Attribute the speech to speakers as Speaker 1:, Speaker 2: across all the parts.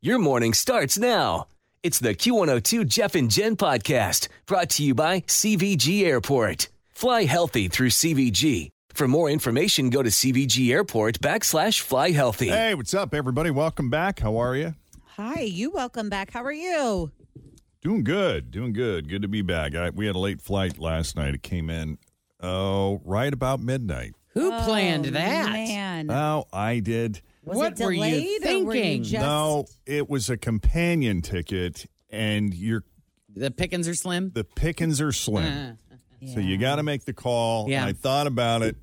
Speaker 1: Your morning starts now. It's the Q102 Jeff and Jen podcast brought to you by CVG Airport. Fly healthy through CVG. For more information, go to CVG Airport backslash fly healthy.
Speaker 2: Hey, what's up, everybody? Welcome back. How are you?
Speaker 3: Hi, you welcome back. How are you?
Speaker 2: Doing good. Doing good. Good to be back. I, we had a late flight last night. It came in, oh, right about midnight.
Speaker 4: Who
Speaker 3: Oh,
Speaker 4: planned that?
Speaker 3: Man.
Speaker 2: Oh, I did.
Speaker 3: was
Speaker 4: what
Speaker 3: it
Speaker 4: were you
Speaker 3: delayed or were you
Speaker 4: thinking?
Speaker 3: just-
Speaker 2: No, it was a companion ticket, and you're
Speaker 4: The pickings are slim.
Speaker 2: the pickings are slim,
Speaker 3: Uh,
Speaker 2: so you got to make the call. And
Speaker 4: Yeah.
Speaker 2: I thought about it,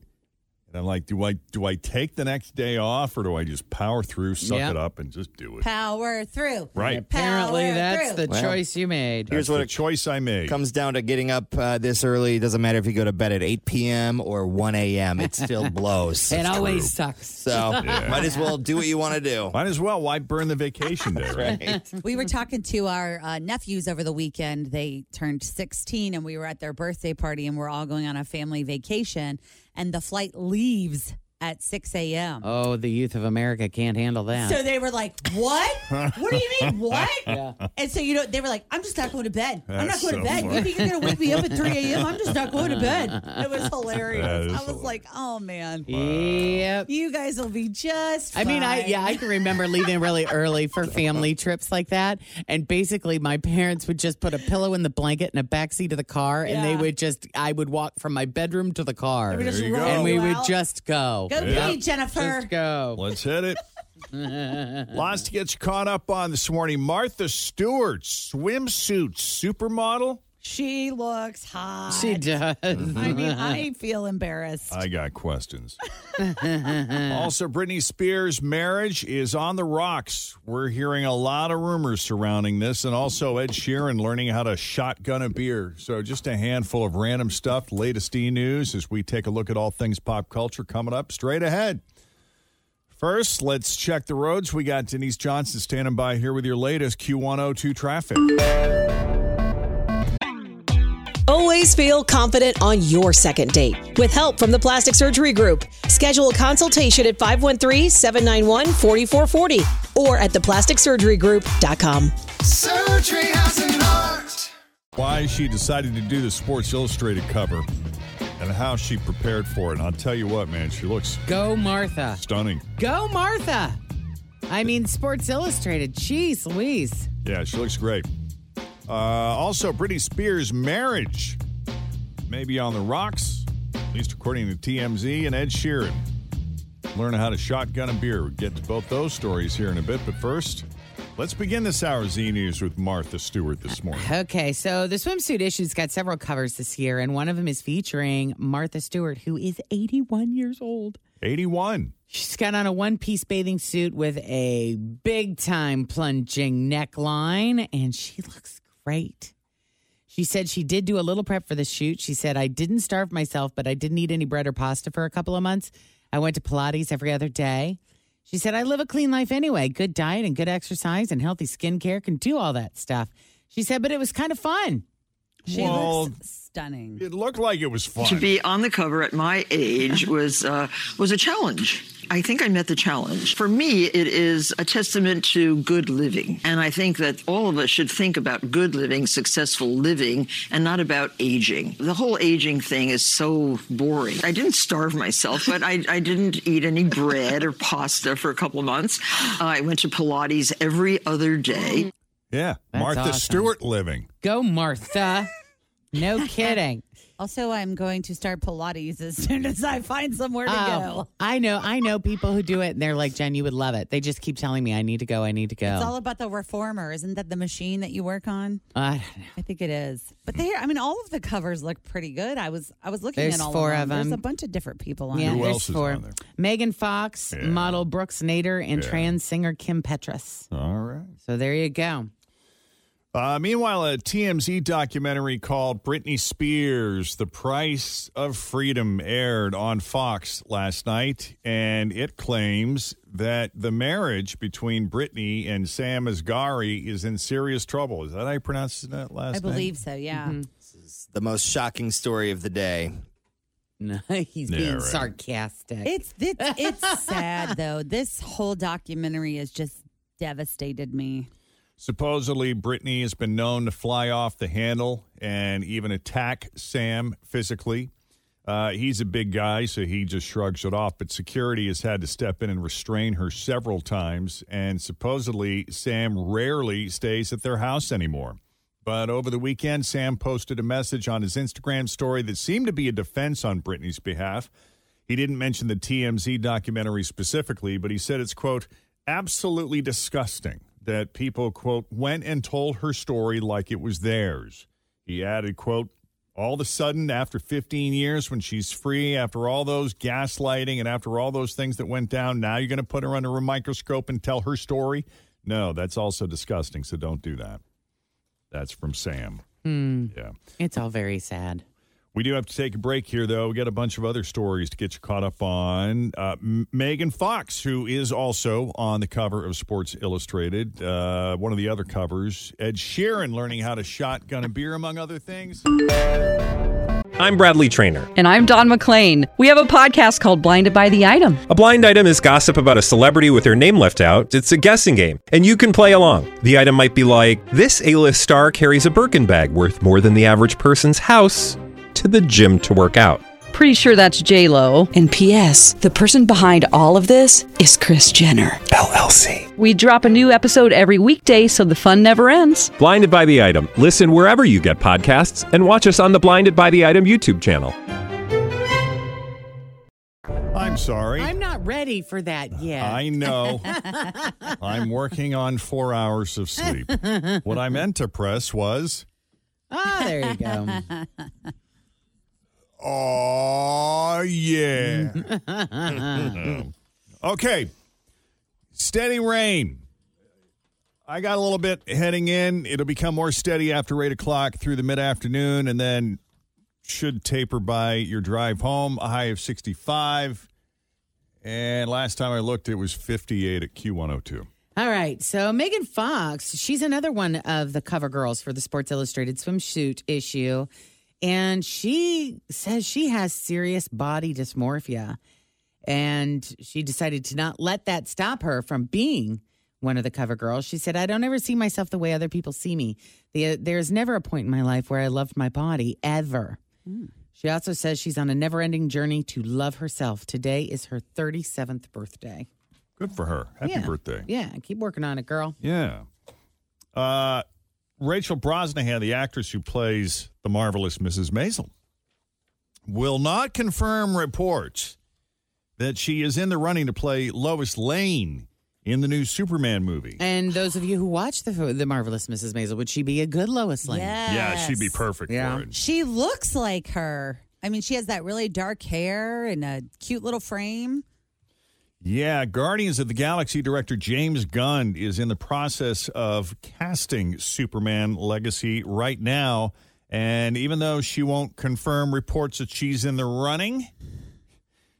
Speaker 2: and I'm like, do I do I take the next day off, or do I just power through, suck
Speaker 4: Yeah.
Speaker 2: it up, and just do it?
Speaker 3: Power through.
Speaker 2: Right.
Speaker 4: Apparently,
Speaker 3: Power
Speaker 4: that's
Speaker 3: through.
Speaker 4: the choice you made.
Speaker 2: That's
Speaker 5: Here's what
Speaker 2: the
Speaker 5: it
Speaker 2: choice I made.
Speaker 5: comes down to getting up uh, this early. It doesn't matter if you go to bed at 8 p.m. or 1 a.m. It still blows.
Speaker 4: it always
Speaker 2: true.
Speaker 4: sucks.
Speaker 5: so
Speaker 2: Yeah.
Speaker 5: might as well do what you want to do.
Speaker 2: Might as well. Why burn the vacation eh? day? right?
Speaker 3: We were talking to our uh, nephews over the weekend. They turned 16 and we were at their birthday party and we're all going on a family vacation. And the flight leaves at 6 a.m.
Speaker 4: Oh, the youth of America can't handle that.
Speaker 3: So they were like, "What? What do you mean, what?" And so you know, they were like, "I'm just not going to bed. I'm not
Speaker 2: That's
Speaker 3: going
Speaker 2: so
Speaker 3: to bed.
Speaker 2: funny.
Speaker 3: You think you're going to wake me up at 3 a.m.? I'm just not going to bed." It was hilarious.
Speaker 2: That is
Speaker 3: I was
Speaker 2: hilarious.
Speaker 3: like, "Oh man,
Speaker 4: yep.
Speaker 3: you guys will be just."
Speaker 4: I mean, I
Speaker 3: fine."
Speaker 4: yeah, I can remember leaving really early for family trips like that, and basically my parents would just put a pillow in the blanket in a backseat of the car, and they
Speaker 3: Yeah.
Speaker 4: would just I would walk from my bedroom to the car,
Speaker 3: we just
Speaker 2: There you go.
Speaker 3: roll
Speaker 4: and we
Speaker 3: you
Speaker 4: would
Speaker 3: out.
Speaker 4: just go,
Speaker 3: go
Speaker 2: Yeah.
Speaker 3: pee, Jennifer.
Speaker 4: just go.
Speaker 2: Let's hit it. Lots to get you caught up on this morning. Martha Stewart, swimsuit supermodel.
Speaker 3: She looks hot.
Speaker 4: She does.
Speaker 3: I mean, I feel embarrassed.
Speaker 2: I got questions. also, Britney Spears' marriage is on the rocks. We're hearing a lot of rumors surrounding this, and also Ed Sheeran learning how to shotgun a beer. So, just a handful of random stuff, latest e news as we take a look at all things pop culture coming up straight ahead. First, let's check the roads. We got Denise Johnson standing by here with your latest Q102 traffic.
Speaker 6: Always feel confident on your second date. With help from the Plastic Surgery Group, schedule a consultation at 513 791 4440 or at theplasticsurgerygroup.com.
Speaker 7: Surgery has an art.
Speaker 2: why she decided to do the Sports Illustrated cover and how she prepared for it. And I'll tell you what, man, she looks
Speaker 4: Go, Martha.
Speaker 2: stunning.
Speaker 4: Go, Martha. I mean, Sports Illustrated. Jeez Louise.
Speaker 2: Yeah, she looks great. Uh, also, Britney Spears' marriage may be on the rocks, at least according to TMZ and Ed Sheeran. Learn how to shotgun a beer. We'll get to both those stories here in a bit, but first, let's begin this hour's E News with Martha Stewart this morning.
Speaker 4: Okay, so the swimsuit issue's got several covers this year, and one of them is featuring Martha Stewart, who is 81 years old.
Speaker 2: 81.
Speaker 4: She's got on a one piece bathing suit with a big time plunging neckline, and she looks great. She said she did do a little prep for the shoot. She said, I didn't starve myself, but I didn't eat any bread or pasta for a couple of months. I went to Pilates every other day. She said, I live a clean life anyway. Good diet and good exercise and healthy skincare can do all that stuff. She said, but it was kind of fun.
Speaker 3: She
Speaker 2: Well,
Speaker 3: looks stunning.
Speaker 2: It looked like it was fun.
Speaker 8: to be on the cover at my age was uh, was a challenge. I think I met the challenge. For me, it is a testament to good living, and I think that all of us should think about good living, successful living, and not about aging. The whole aging thing is so boring. I didn't starve myself, but I, I didn't eat any bread or pasta for a couple of months. I went to Pilates every other day.
Speaker 2: yeah,
Speaker 4: That's
Speaker 2: Martha
Speaker 4: awesome.
Speaker 2: Stewart living.
Speaker 4: Go, Martha. no kidding.
Speaker 3: Also, I'm going to start Pilates as soon as I find somewhere to
Speaker 4: Oh,
Speaker 3: go.
Speaker 4: I know. I know people who do it, and they're like, Jen, you would love it. They just keep telling me, I need to go. I need to go.
Speaker 3: It's all about the reformer, isn't that the machine that you work on?
Speaker 4: I don't know.
Speaker 3: I think it is. But they, I mean, all of the covers look pretty good. I was, I was looking
Speaker 4: There's
Speaker 3: at all
Speaker 4: four
Speaker 3: of, them.
Speaker 4: of
Speaker 3: There's
Speaker 4: them.
Speaker 3: a bunch of different people on
Speaker 4: Yeah,
Speaker 3: it.
Speaker 2: Who
Speaker 4: there's
Speaker 2: else is
Speaker 4: four.
Speaker 2: on there?
Speaker 4: Megan Fox,
Speaker 2: Yeah.
Speaker 4: model Brooks Nader, and
Speaker 2: Yeah.
Speaker 4: trans singer Kim Petras.
Speaker 2: All right.
Speaker 4: So there you go.
Speaker 2: Uh, meanwhile, a TMZ documentary called Britney Spears, The Price of Freedom aired on Fox last night, and it claims that the marriage between Britney and Sam Asghari is in serious trouble. Is that how you pronounced that last
Speaker 3: I
Speaker 2: name?
Speaker 3: believe so. Yeah.
Speaker 4: Mm-hmm.
Speaker 5: The most shocking story of the day.
Speaker 4: No, he's
Speaker 2: Yeah,
Speaker 4: being
Speaker 2: right.
Speaker 4: sarcastic.
Speaker 3: It's it's, it's sad though. This whole documentary has just devastated me.
Speaker 2: Supposedly, Britney has been known to fly off the handle and even attack Sam physically. Uh, he's a big guy, so he just shrugs it off. But security has had to step in and restrain her several times. And supposedly, Sam rarely stays at their house anymore. But over the weekend, Sam posted a message on his Instagram story that seemed to be a defense on Britney's behalf. He didn't mention the TMZ documentary specifically, but he said it's, quote, absolutely disgusting that people, quote, went and told her story like it was theirs. He added, quote, all of a sudden, after 15 years, when she's free, after all those gaslighting and after all those things that went down, now you're going to put her under a microscope and tell her story? No, that's also disgusting, so don't do that. That's from Sam. Yeah.
Speaker 4: It's all very sad.
Speaker 2: We do have to take a break here, though. We got a bunch of other stories to get you caught up on. Uh, M- Megan Fox, who is also on the cover of Sports Illustrated, uh, one of the other covers. Ed Sheeran learning how to shotgun a beer, among other things.
Speaker 9: I'm Bradley Trainer.
Speaker 10: And I'm Don McClain. We have a podcast called Blinded by the Item.
Speaker 9: A blind item is gossip about a celebrity with their name left out. It's a guessing game, and you can play along. The item might be like this: A-list star carries a Birkin bag worth more than the average person's house to the gym to work out.
Speaker 10: Pretty sure that's J Lo.
Speaker 6: And P.S. The person behind all of this is Chris Jenner.
Speaker 9: LLC.
Speaker 10: We drop a new episode every weekday, so the fun never ends.
Speaker 9: Blinded by the item. Listen wherever you get podcasts, and watch us on the Blinded by the Item YouTube channel.
Speaker 2: I'm sorry.
Speaker 4: I'm not ready for that yet.
Speaker 2: I know. I'm working on four hours of sleep. What I meant to press was.
Speaker 4: oh, there you go.
Speaker 2: Oh, yeah. okay. Steady rain. I got a little bit heading in. It'll become more steady after 8 o'clock through the mid afternoon and then should taper by your drive home. A high of 65. And last time I looked, it was 58 at Q102.
Speaker 4: All right. So Megan Fox, she's another one of the cover girls for the Sports Illustrated swimsuit issue. And she says she has serious body dysmorphia. And she decided to not let that stop her from being one of the cover girls. She said, I don't ever see myself the way other people see me. The- There's never a point in my life where I loved my body, ever. She also says she's on a never ending journey to love herself. Today is her 37th birthday.
Speaker 2: Good for her. Happy
Speaker 4: Yeah.
Speaker 2: birthday.
Speaker 4: Yeah, keep working on it, girl.
Speaker 2: Yeah. Uh, Rachel Brosnahan, the actress who plays the marvelous Mrs. Maisel, will not confirm reports that she is in the running to play Lois Lane in the new Superman movie.
Speaker 4: And those of you who watch the the marvelous Mrs. Maisel, would she be a good Lois Lane?
Speaker 2: Yeah, she'd be
Speaker 3: Yes.
Speaker 2: perfect
Speaker 4: Yeah.
Speaker 2: for it.
Speaker 3: She looks like her. I mean, she has that really dark hair and a cute little frame.
Speaker 2: Yeah, Guardians of the Galaxy director James Gunn is in the process of casting Superman Legacy right now. And even though she won't confirm reports that she's in the running,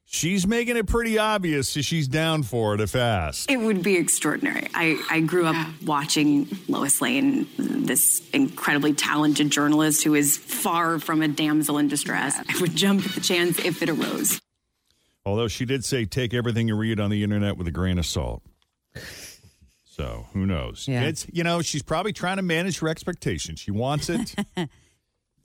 Speaker 2: She's making it pretty obvious that she's down for it if asked.
Speaker 11: It would be extraordinary. I, I grew up watching Lois Lane, this incredibly talented journalist who is far from a damsel in distress. I would jump at the chance if it arose.
Speaker 2: Although she did say, take everything you read on the internet with a grain of salt. So who knows?
Speaker 3: Yeah.
Speaker 2: It's you know she's probably trying to manage her expectations. She wants it.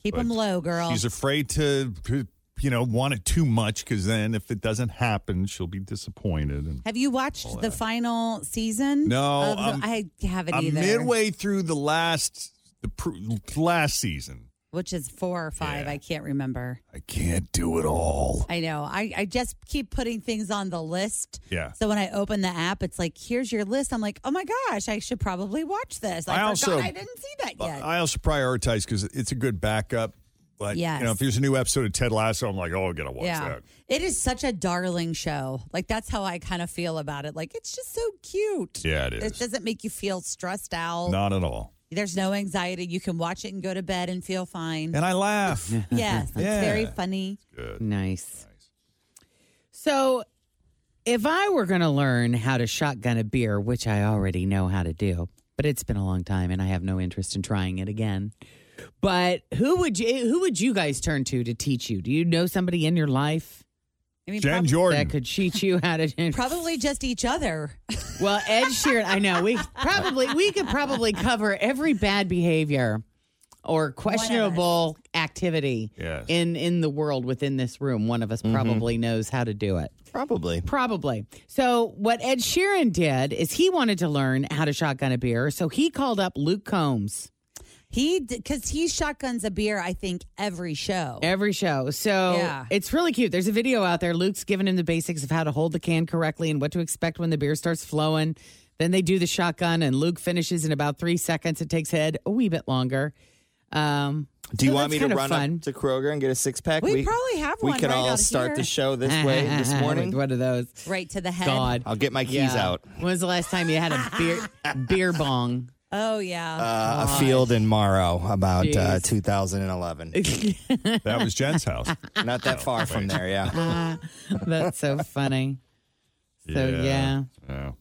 Speaker 3: Keep them
Speaker 2: But
Speaker 3: low, girl.
Speaker 2: She's afraid to, to, you know want it too much because then if it doesn't happen, she'll be disappointed. And
Speaker 3: Have you watched the final season?
Speaker 2: No,
Speaker 3: of the-
Speaker 2: I'm-
Speaker 3: I haven't
Speaker 2: I'm
Speaker 3: either.
Speaker 2: midway through the last the pr- last season.
Speaker 3: which is four or five. I can't remember.
Speaker 2: I can't do it all.
Speaker 3: I know. I, I just keep putting things on the list.
Speaker 2: Yeah.
Speaker 3: So when I open the app, it's like, here's your list. I'm like, oh my gosh, I should probably watch this. I,
Speaker 2: I
Speaker 3: forgot
Speaker 2: also-
Speaker 3: I didn't see that yet.
Speaker 2: I also prioritize because it's a good backup. Like
Speaker 3: Yes.
Speaker 2: you know, if there's a new episode of Ted Lasso, I'm like, oh, I gotta watch that.
Speaker 3: It is such a darling show. Like that's how I kind of feel about it. Like it's just so cute.
Speaker 2: Yeah, it
Speaker 3: It
Speaker 2: is.
Speaker 3: doesn't make you feel stressed out.
Speaker 2: Not at all.
Speaker 3: There's no anxiety. You can watch it and go to bed and feel fine.
Speaker 2: And I laugh.
Speaker 3: yes, it's
Speaker 4: Yeah.
Speaker 3: very funny.
Speaker 4: Nice. So, if I were going to learn how to shotgun a beer, which I already know how to do, but it's been a long time and I have no interest in trying it again. But who would you who would you guys turn to to teach you? Do you know somebody in your life?
Speaker 3: I mean, Jen prob- Jordan.
Speaker 4: that could teach you how to
Speaker 3: Probably just each other.
Speaker 4: Well, Ed Sheeran, I know we probably we could probably cover every bad behavior or questionable activity
Speaker 2: Yes.
Speaker 4: in in the world within this room. One of us
Speaker 5: Mm-hmm.
Speaker 4: probably knows how to do it.
Speaker 5: Probably.
Speaker 4: Probably. So what Ed Sheeran did is he wanted to learn how to shotgun a beer, so he called up Luke Combs.
Speaker 3: He because he shotguns a beer. I think every show.
Speaker 4: Every show. So
Speaker 3: Yeah.
Speaker 4: it's really cute. There's a video out there. Luke's giving him the basics of how to hold the can correctly and what to expect when the beer starts flowing. Then they do the shotgun, and Luke finishes in about three seconds. It takes Ed a wee bit longer. Um,
Speaker 5: Do you
Speaker 4: so
Speaker 5: want
Speaker 4: that's
Speaker 5: me to
Speaker 4: kind of
Speaker 5: run
Speaker 4: fun.
Speaker 5: up to Kroger and get a six pack?
Speaker 4: We probably have
Speaker 5: We
Speaker 4: one
Speaker 5: can
Speaker 4: right
Speaker 5: all
Speaker 4: out
Speaker 5: start
Speaker 4: here.
Speaker 5: the show this way this morning.
Speaker 4: One of those.
Speaker 3: Right to the head.
Speaker 4: God,
Speaker 5: I'll get my keys
Speaker 4: Yeah.
Speaker 5: out.
Speaker 4: When was the last time you had a beer beer bong?
Speaker 3: Oh yeah.
Speaker 5: Uh, a field in Morrow, about uh,
Speaker 4: Jeez.
Speaker 5: 2011.
Speaker 2: that was Jen's house.
Speaker 5: Not that far from there, yeah.
Speaker 4: Ah, that's so funny. So yeah.
Speaker 2: Yeah.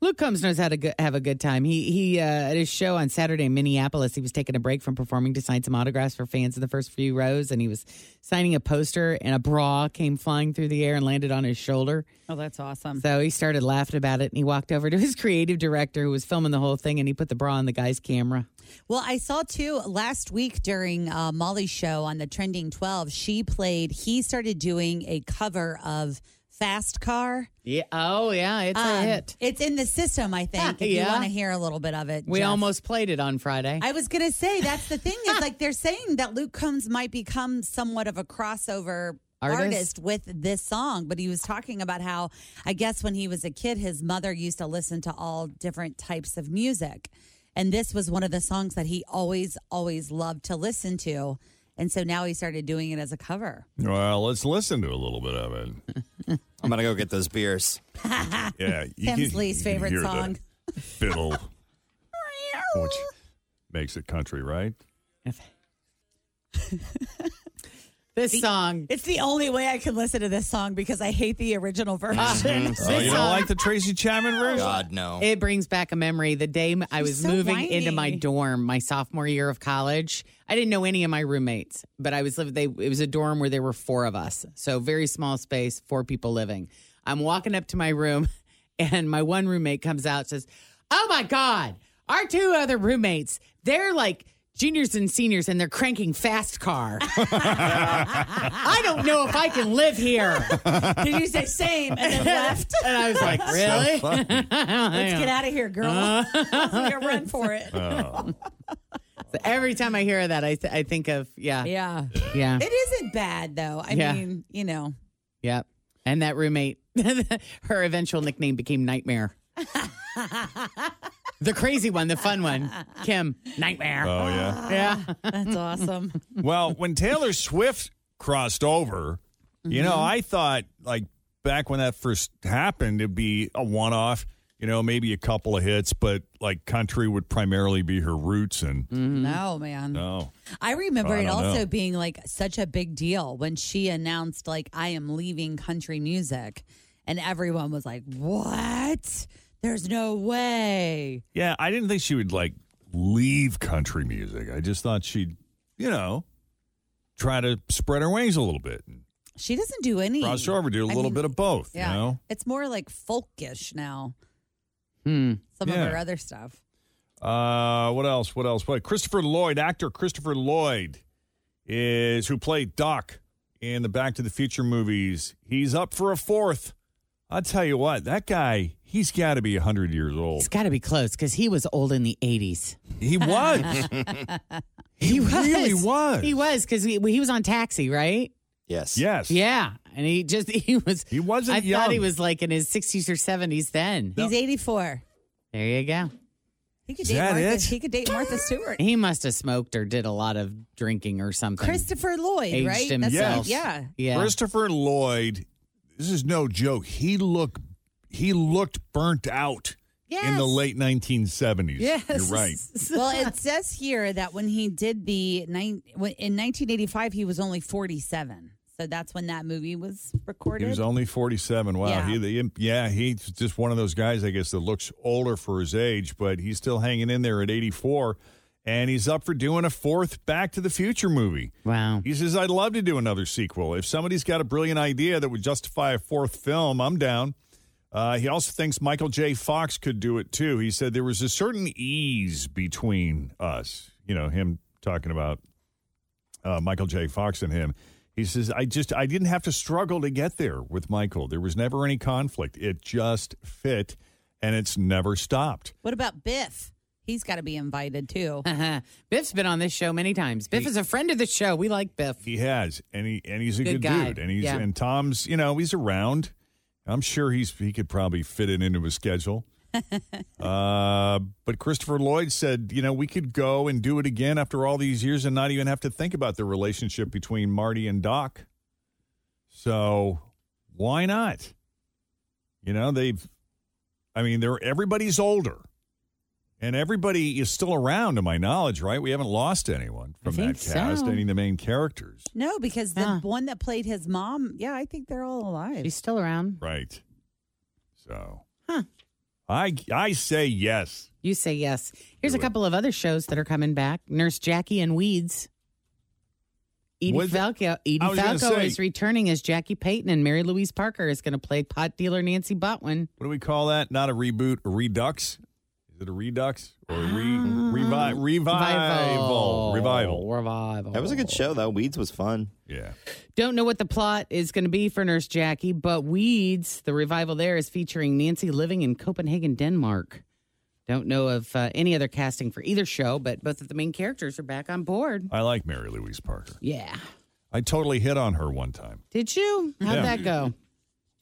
Speaker 4: Luke Combs knows how to go- have a good time. He he uh, at his show on Saturday in Minneapolis, he was taking a break from performing to sign some autographs for fans in the first few rows, and he was signing a poster, and a bra came flying through the air and landed on his shoulder.
Speaker 3: oh, that's awesome.
Speaker 4: So he started laughing about it, and he walked over to his creative director who was filming the whole thing, and he put the bra on the guy's camera.
Speaker 3: Well, I saw too last week during uh, Molly's show on the Trending 12, she played, he started doing a cover of Fast Car.
Speaker 4: Yeah. Oh yeah, it's a
Speaker 3: Um,
Speaker 4: hit.
Speaker 3: It's in the system, I think, if you
Speaker 4: Yeah.
Speaker 3: want to hear a little bit of it.
Speaker 4: We
Speaker 3: Jess.
Speaker 4: almost played it on Friday.
Speaker 3: I was going to say, that's the thing. It's like they're saying that Luke Combs might become somewhat of a crossover.
Speaker 4: Artist?
Speaker 3: Artist. with this song, but he was talking about how I guess when he was a kid, his mother used to listen to all different types of music. And this was one of the songs that he always, always loved to listen to. And so now he started doing it as a cover.
Speaker 2: Well, let's listen to a little bit of it.
Speaker 5: I'm going to go get those beers.
Speaker 2: Yeah,
Speaker 3: Tim's least favorite
Speaker 2: hear the
Speaker 3: song.
Speaker 2: fiddle, which makes it country, right?
Speaker 4: this song.
Speaker 3: It's the only way I can listen to this song because I hate the original
Speaker 5: Mm-hmm.
Speaker 3: version.
Speaker 2: Oh, you don't like the Tracy Chapman version?
Speaker 5: God, no.
Speaker 4: It brings back a memory. The day I was
Speaker 3: so
Speaker 4: moving
Speaker 3: whiny.
Speaker 4: into my dorm, my sophomore year of college, I didn't know any of my roommates, but I was living. They it was a dorm where there were four of us, so very small space, four people living. I'm walking up to my room, and my one roommate comes out says, "Oh my god, our two other roommates, they're like." Juniors and seniors, and they're cranking fast car. I don't know if I can live here.
Speaker 3: Did you say same and then left?
Speaker 4: And I was like, really?
Speaker 3: Let's get out of here, girl. We're gonna run for it.
Speaker 4: So every time I hear that, I th- I think of yeah,
Speaker 3: Yeah.
Speaker 4: yeah,
Speaker 3: It isn't bad though. I
Speaker 4: Yeah.
Speaker 3: mean, you know.
Speaker 4: yeah. And that roommate, her eventual nickname became Nightmare. the crazy one, the fun one, Kim Nightmare.
Speaker 2: Oh
Speaker 3: Ah.
Speaker 2: yeah.
Speaker 4: yeah,
Speaker 3: That's awesome.
Speaker 2: Well, when Taylor Swift crossed over,
Speaker 3: Mm-hmm.
Speaker 2: you know, I thought like back when that first happened, it'd be a one-off. you know, maybe a couple of hits, but like country would primarily be her roots and
Speaker 3: Mm-hmm.
Speaker 4: Mm-hmm.
Speaker 3: No, man.
Speaker 2: no.
Speaker 3: I remember
Speaker 2: I
Speaker 3: it
Speaker 2: don't
Speaker 3: also
Speaker 2: know.
Speaker 3: being like such a big deal when she announced like I am leaving country music and everyone was like, "What? There's no way."
Speaker 2: Yeah, I didn't think she would like leave country music. I just thought she'd, you know, try to spread her wings a little bit.
Speaker 3: She doesn't do any
Speaker 2: Cross her over, do a
Speaker 3: I
Speaker 2: little
Speaker 3: mean,
Speaker 2: bit of both,
Speaker 3: Yeah.
Speaker 2: you know?
Speaker 3: It's more like folkish now.
Speaker 2: Hmm.
Speaker 3: Some of her other stuff.
Speaker 2: Uh, what else? What else? What? Christopher Lloyd, actor Christopher Lloyd, is who played Doc in the Back to the Future movies. He's up for a fourth. I tell you what, that guy, he's got to be hundred years old.
Speaker 4: It's got to be close because he was old in the 80s.
Speaker 2: He was.
Speaker 4: he
Speaker 2: really was.
Speaker 4: He was because he, he was on Taxi, right?
Speaker 5: Yes.
Speaker 2: Yes.
Speaker 4: Yeah. And he just, he was.
Speaker 2: He wasn't
Speaker 4: I thought he
Speaker 2: young.
Speaker 4: was like in his 60s or 70s then.
Speaker 3: He's 84.
Speaker 4: There you go.
Speaker 3: He could
Speaker 4: Is
Speaker 3: date
Speaker 4: that
Speaker 3: Martha.
Speaker 4: it?
Speaker 3: He could date Martha Stewart.
Speaker 4: He must have smoked or did a lot of drinking or something.
Speaker 3: Christopher Lloyd,
Speaker 4: Aged
Speaker 3: right?
Speaker 4: himself.
Speaker 3: That's what- yeah.
Speaker 4: Yeah.
Speaker 2: Christopher Lloyd, this is no joke. He looked he looked burnt out in the
Speaker 3: Yes.
Speaker 2: late 1970s.
Speaker 3: Yes.
Speaker 2: You're right.
Speaker 3: well, it says here that when he did the nine when- in 1985, he was only 47. So that's when that movie was recorded.
Speaker 2: He was only 47. Wow.
Speaker 3: Yeah.
Speaker 2: He, the, yeah, he's just one of those guys, I guess, that looks older for his age, but he's still hanging in there at 84. And he's up for doing a fourth Back to the Future movie.
Speaker 4: Wow.
Speaker 2: He says, I'd love to do another sequel. If somebody's got a brilliant idea that would justify a fourth film, I'm down. Uh, he also thinks Michael J. Fox could do it too. He said there was a certain ease between us, you know, him talking about uh, Michael J. Fox and him. He says, I just, I didn't have to struggle to get there with Michael. There was never any conflict. It just fit and it's never stopped.
Speaker 3: What about Biff? He's got to be invited too.
Speaker 4: Biff's been on this show many times. Biff is a friend of the show. We like Biff.
Speaker 2: He has, and he and he's a
Speaker 4: Good
Speaker 2: good,
Speaker 4: guy.
Speaker 2: dude, and he's
Speaker 4: Yeah.
Speaker 2: and Tom's, you know, he's around. I'm sure he's he could probably fit it into his schedule. uh, but Christopher Lloyd said, you know, we could go and do it again after all these years and not even have to think about the relationship between Marty and Doc. So why not? You know, they've. I mean, they're everybody's older. And everybody is still around, to my knowledge, right? We haven't lost anyone from
Speaker 3: think
Speaker 2: that cast,
Speaker 3: so.
Speaker 2: any of the main characters.
Speaker 3: no, because the one that played his mom, yeah, I think they're all alive.
Speaker 4: She's still around.
Speaker 2: Right. So
Speaker 4: Huh.
Speaker 2: I I say yes.
Speaker 4: You say yes. Here's a couple of other shows that are coming back Nurse Jackie and Weeds. Edie
Speaker 2: Was-
Speaker 4: Falco, Edie
Speaker 2: I was
Speaker 4: Falco
Speaker 2: gonna say-
Speaker 4: is returning as Jackie Payton, and Mary Louise Parker is going to play pot dealer Nancy Botwin.
Speaker 2: What do we call that? Not a reboot, a redux. Is it a redux or a re, revi- revival? Revival.
Speaker 4: Revival.
Speaker 5: That was a good show though. Weeds was fun.
Speaker 2: Yeah.
Speaker 4: Don't know what the plot is going to be for Nurse Jackie, but Weeds, the revival there, is featuring Nancy living in Copenhagen, Denmark. Don't know of uh, any other casting for either show, but both of the main characters are back on board.
Speaker 2: I like Mary Louise Parker.
Speaker 4: Yeah.
Speaker 2: I totally hit on her one time.
Speaker 4: Did you? How'd
Speaker 2: Yeah.
Speaker 4: that go?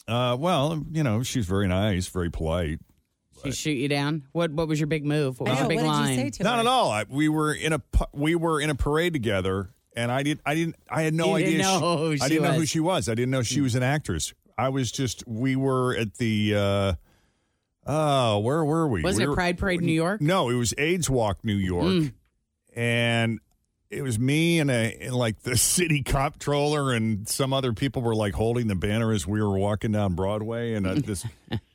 Speaker 2: Uh, well, you know, she's very nice, very polite.
Speaker 4: She shoot you down. What What was your big move? Oh, What was your big line?
Speaker 2: Not at all. I, we were in a pu- we were in a parade together, and I didn't I didn't I had no
Speaker 4: You
Speaker 2: idea.
Speaker 4: didn't know who
Speaker 2: I
Speaker 4: she
Speaker 2: didn't know who
Speaker 4: was.
Speaker 2: she was. I didn't know she was an actress. I was just we were at the. uh Oh, where were we?
Speaker 4: Wasn't
Speaker 2: We
Speaker 4: it
Speaker 2: were-
Speaker 4: Pride Parade, New York? Mm.
Speaker 2: No, it was AIDS Walk, New York, and it was me and a and like the city comptroller and some other people were like holding the banner as we were walking down Broadway, and uh, this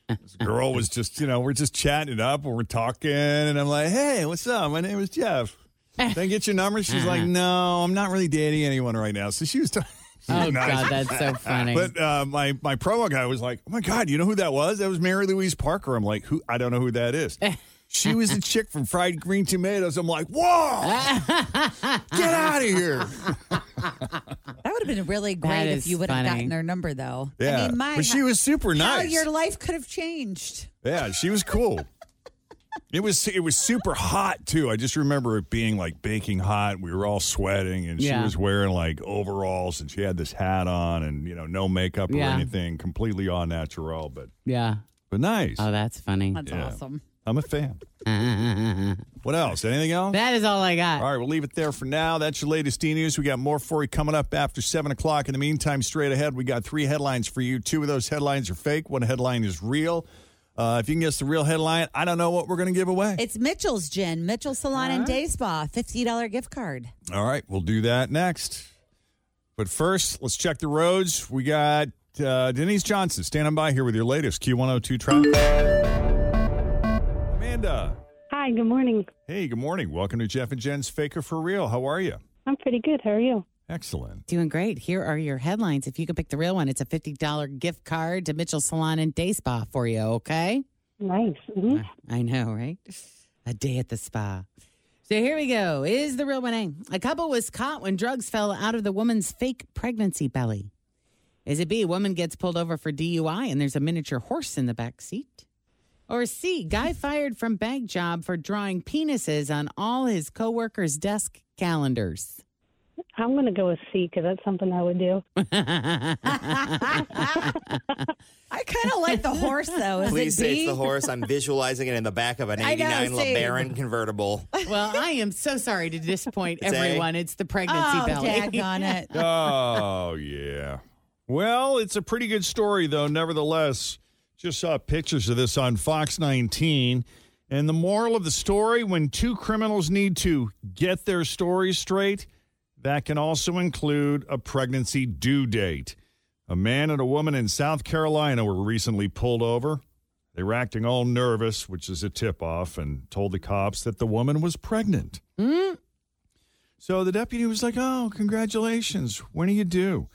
Speaker 2: this girl was just you know we're just chatting it up and we're talking, and I'm like, hey, what's up? My name is Jeff. Can I get your number? She's like, no, I'm not really dating anyone right now. So she was talking.
Speaker 4: Oh, God, that's so funny.
Speaker 2: But uh, my my promo guy was like, "Oh my God, you know who that was? That was Mary Louise Parker." I'm like, "Who? I don't know who that is." she was the chick from Fried Green Tomatoes. I'm like, "Whoa, get out of here!"
Speaker 3: That would have been really great if
Speaker 2: is
Speaker 3: you would have
Speaker 2: funny.
Speaker 3: gotten their number though.
Speaker 2: Yeah,
Speaker 3: I mean, my
Speaker 2: but she was super
Speaker 3: how
Speaker 2: nice.
Speaker 3: your life could have changed.
Speaker 2: Yeah, she was cool. It was it was super hot too. I just remember it being like baking hot. We were all sweating, and
Speaker 4: Yeah.
Speaker 2: she was wearing like overalls, and she had this hat on, and you know, no makeup or
Speaker 4: Yeah.
Speaker 2: anything, completely all natural. But
Speaker 4: yeah.
Speaker 2: but nice.
Speaker 4: Oh, that's funny.
Speaker 3: That's
Speaker 2: Yeah.
Speaker 3: awesome.
Speaker 2: I'm a fan.
Speaker 4: that
Speaker 2: What else? Anything else?
Speaker 4: is all I got.
Speaker 2: All right, we'll leave it there for now. That's your latest D news. We got more for you coming up after 7 o'clock. In the meantime, straight ahead, we got three headlines for you. Two of those headlines are fake, one headline is real. Uh, Uh, if you can guess the real headline, I don't know what we're going to give away.
Speaker 3: It's Mitchell's Gin, Mitchell Salon and Day Spa, $50 gift card.
Speaker 2: All right, we'll do that next. But first, let's check the roads. We got uh, Denise Johnson standing by here with your latest Q102 traffic. Amanda.
Speaker 12: Hi, good morning.
Speaker 2: Hey, good morning. Welcome to Jeff and Jen's Faker for Real. How are you?
Speaker 12: I'm pretty good. How are you?
Speaker 2: Excellent.
Speaker 4: Doing great. Here are your headlines. If you can pick the real one, it's a $50 gift card to Mitchell Salon and Day Spa for you, okay?
Speaker 12: Nice. Mm-hmm.
Speaker 3: Mm-hmm.
Speaker 4: I, I know, right? A day at the spa. So here we go. Is the real one A? A couple was caught when drugs fell out of the woman's fake pregnancy belly. Is it B? Woman gets pulled over for DUI and there's a miniature horse in the back seat. Or C? Guy fired from bank job for drawing penises on all his coworkers' desk calendars.
Speaker 12: I'm going to go with C because that's something I would do.
Speaker 3: I kind of like the horse, though. Is
Speaker 5: Please
Speaker 3: it
Speaker 5: say
Speaker 3: B?
Speaker 5: it's the horse. I'm visualizing it in the back of an
Speaker 4: I know,
Speaker 5: 89
Speaker 4: same.
Speaker 5: LeBaron convertible.
Speaker 4: Well, I am so sorry to disappoint
Speaker 5: It's A.
Speaker 4: everyone. It's the pregnancy
Speaker 3: Oh,
Speaker 4: belly.
Speaker 3: daggone it.
Speaker 2: Oh, yeah. Well, it's a pretty good story, though, nevertheless. Just saw pictures of this on Fox 19. And the moral of the story when two criminals need to get their story straight, that can also include a pregnancy due date. A man and a woman in South Carolina were recently pulled over. They were acting all nervous, which is a tip off, and told the cops that the woman was pregnant. So the deputy was like, Oh, congratulations. When are you due?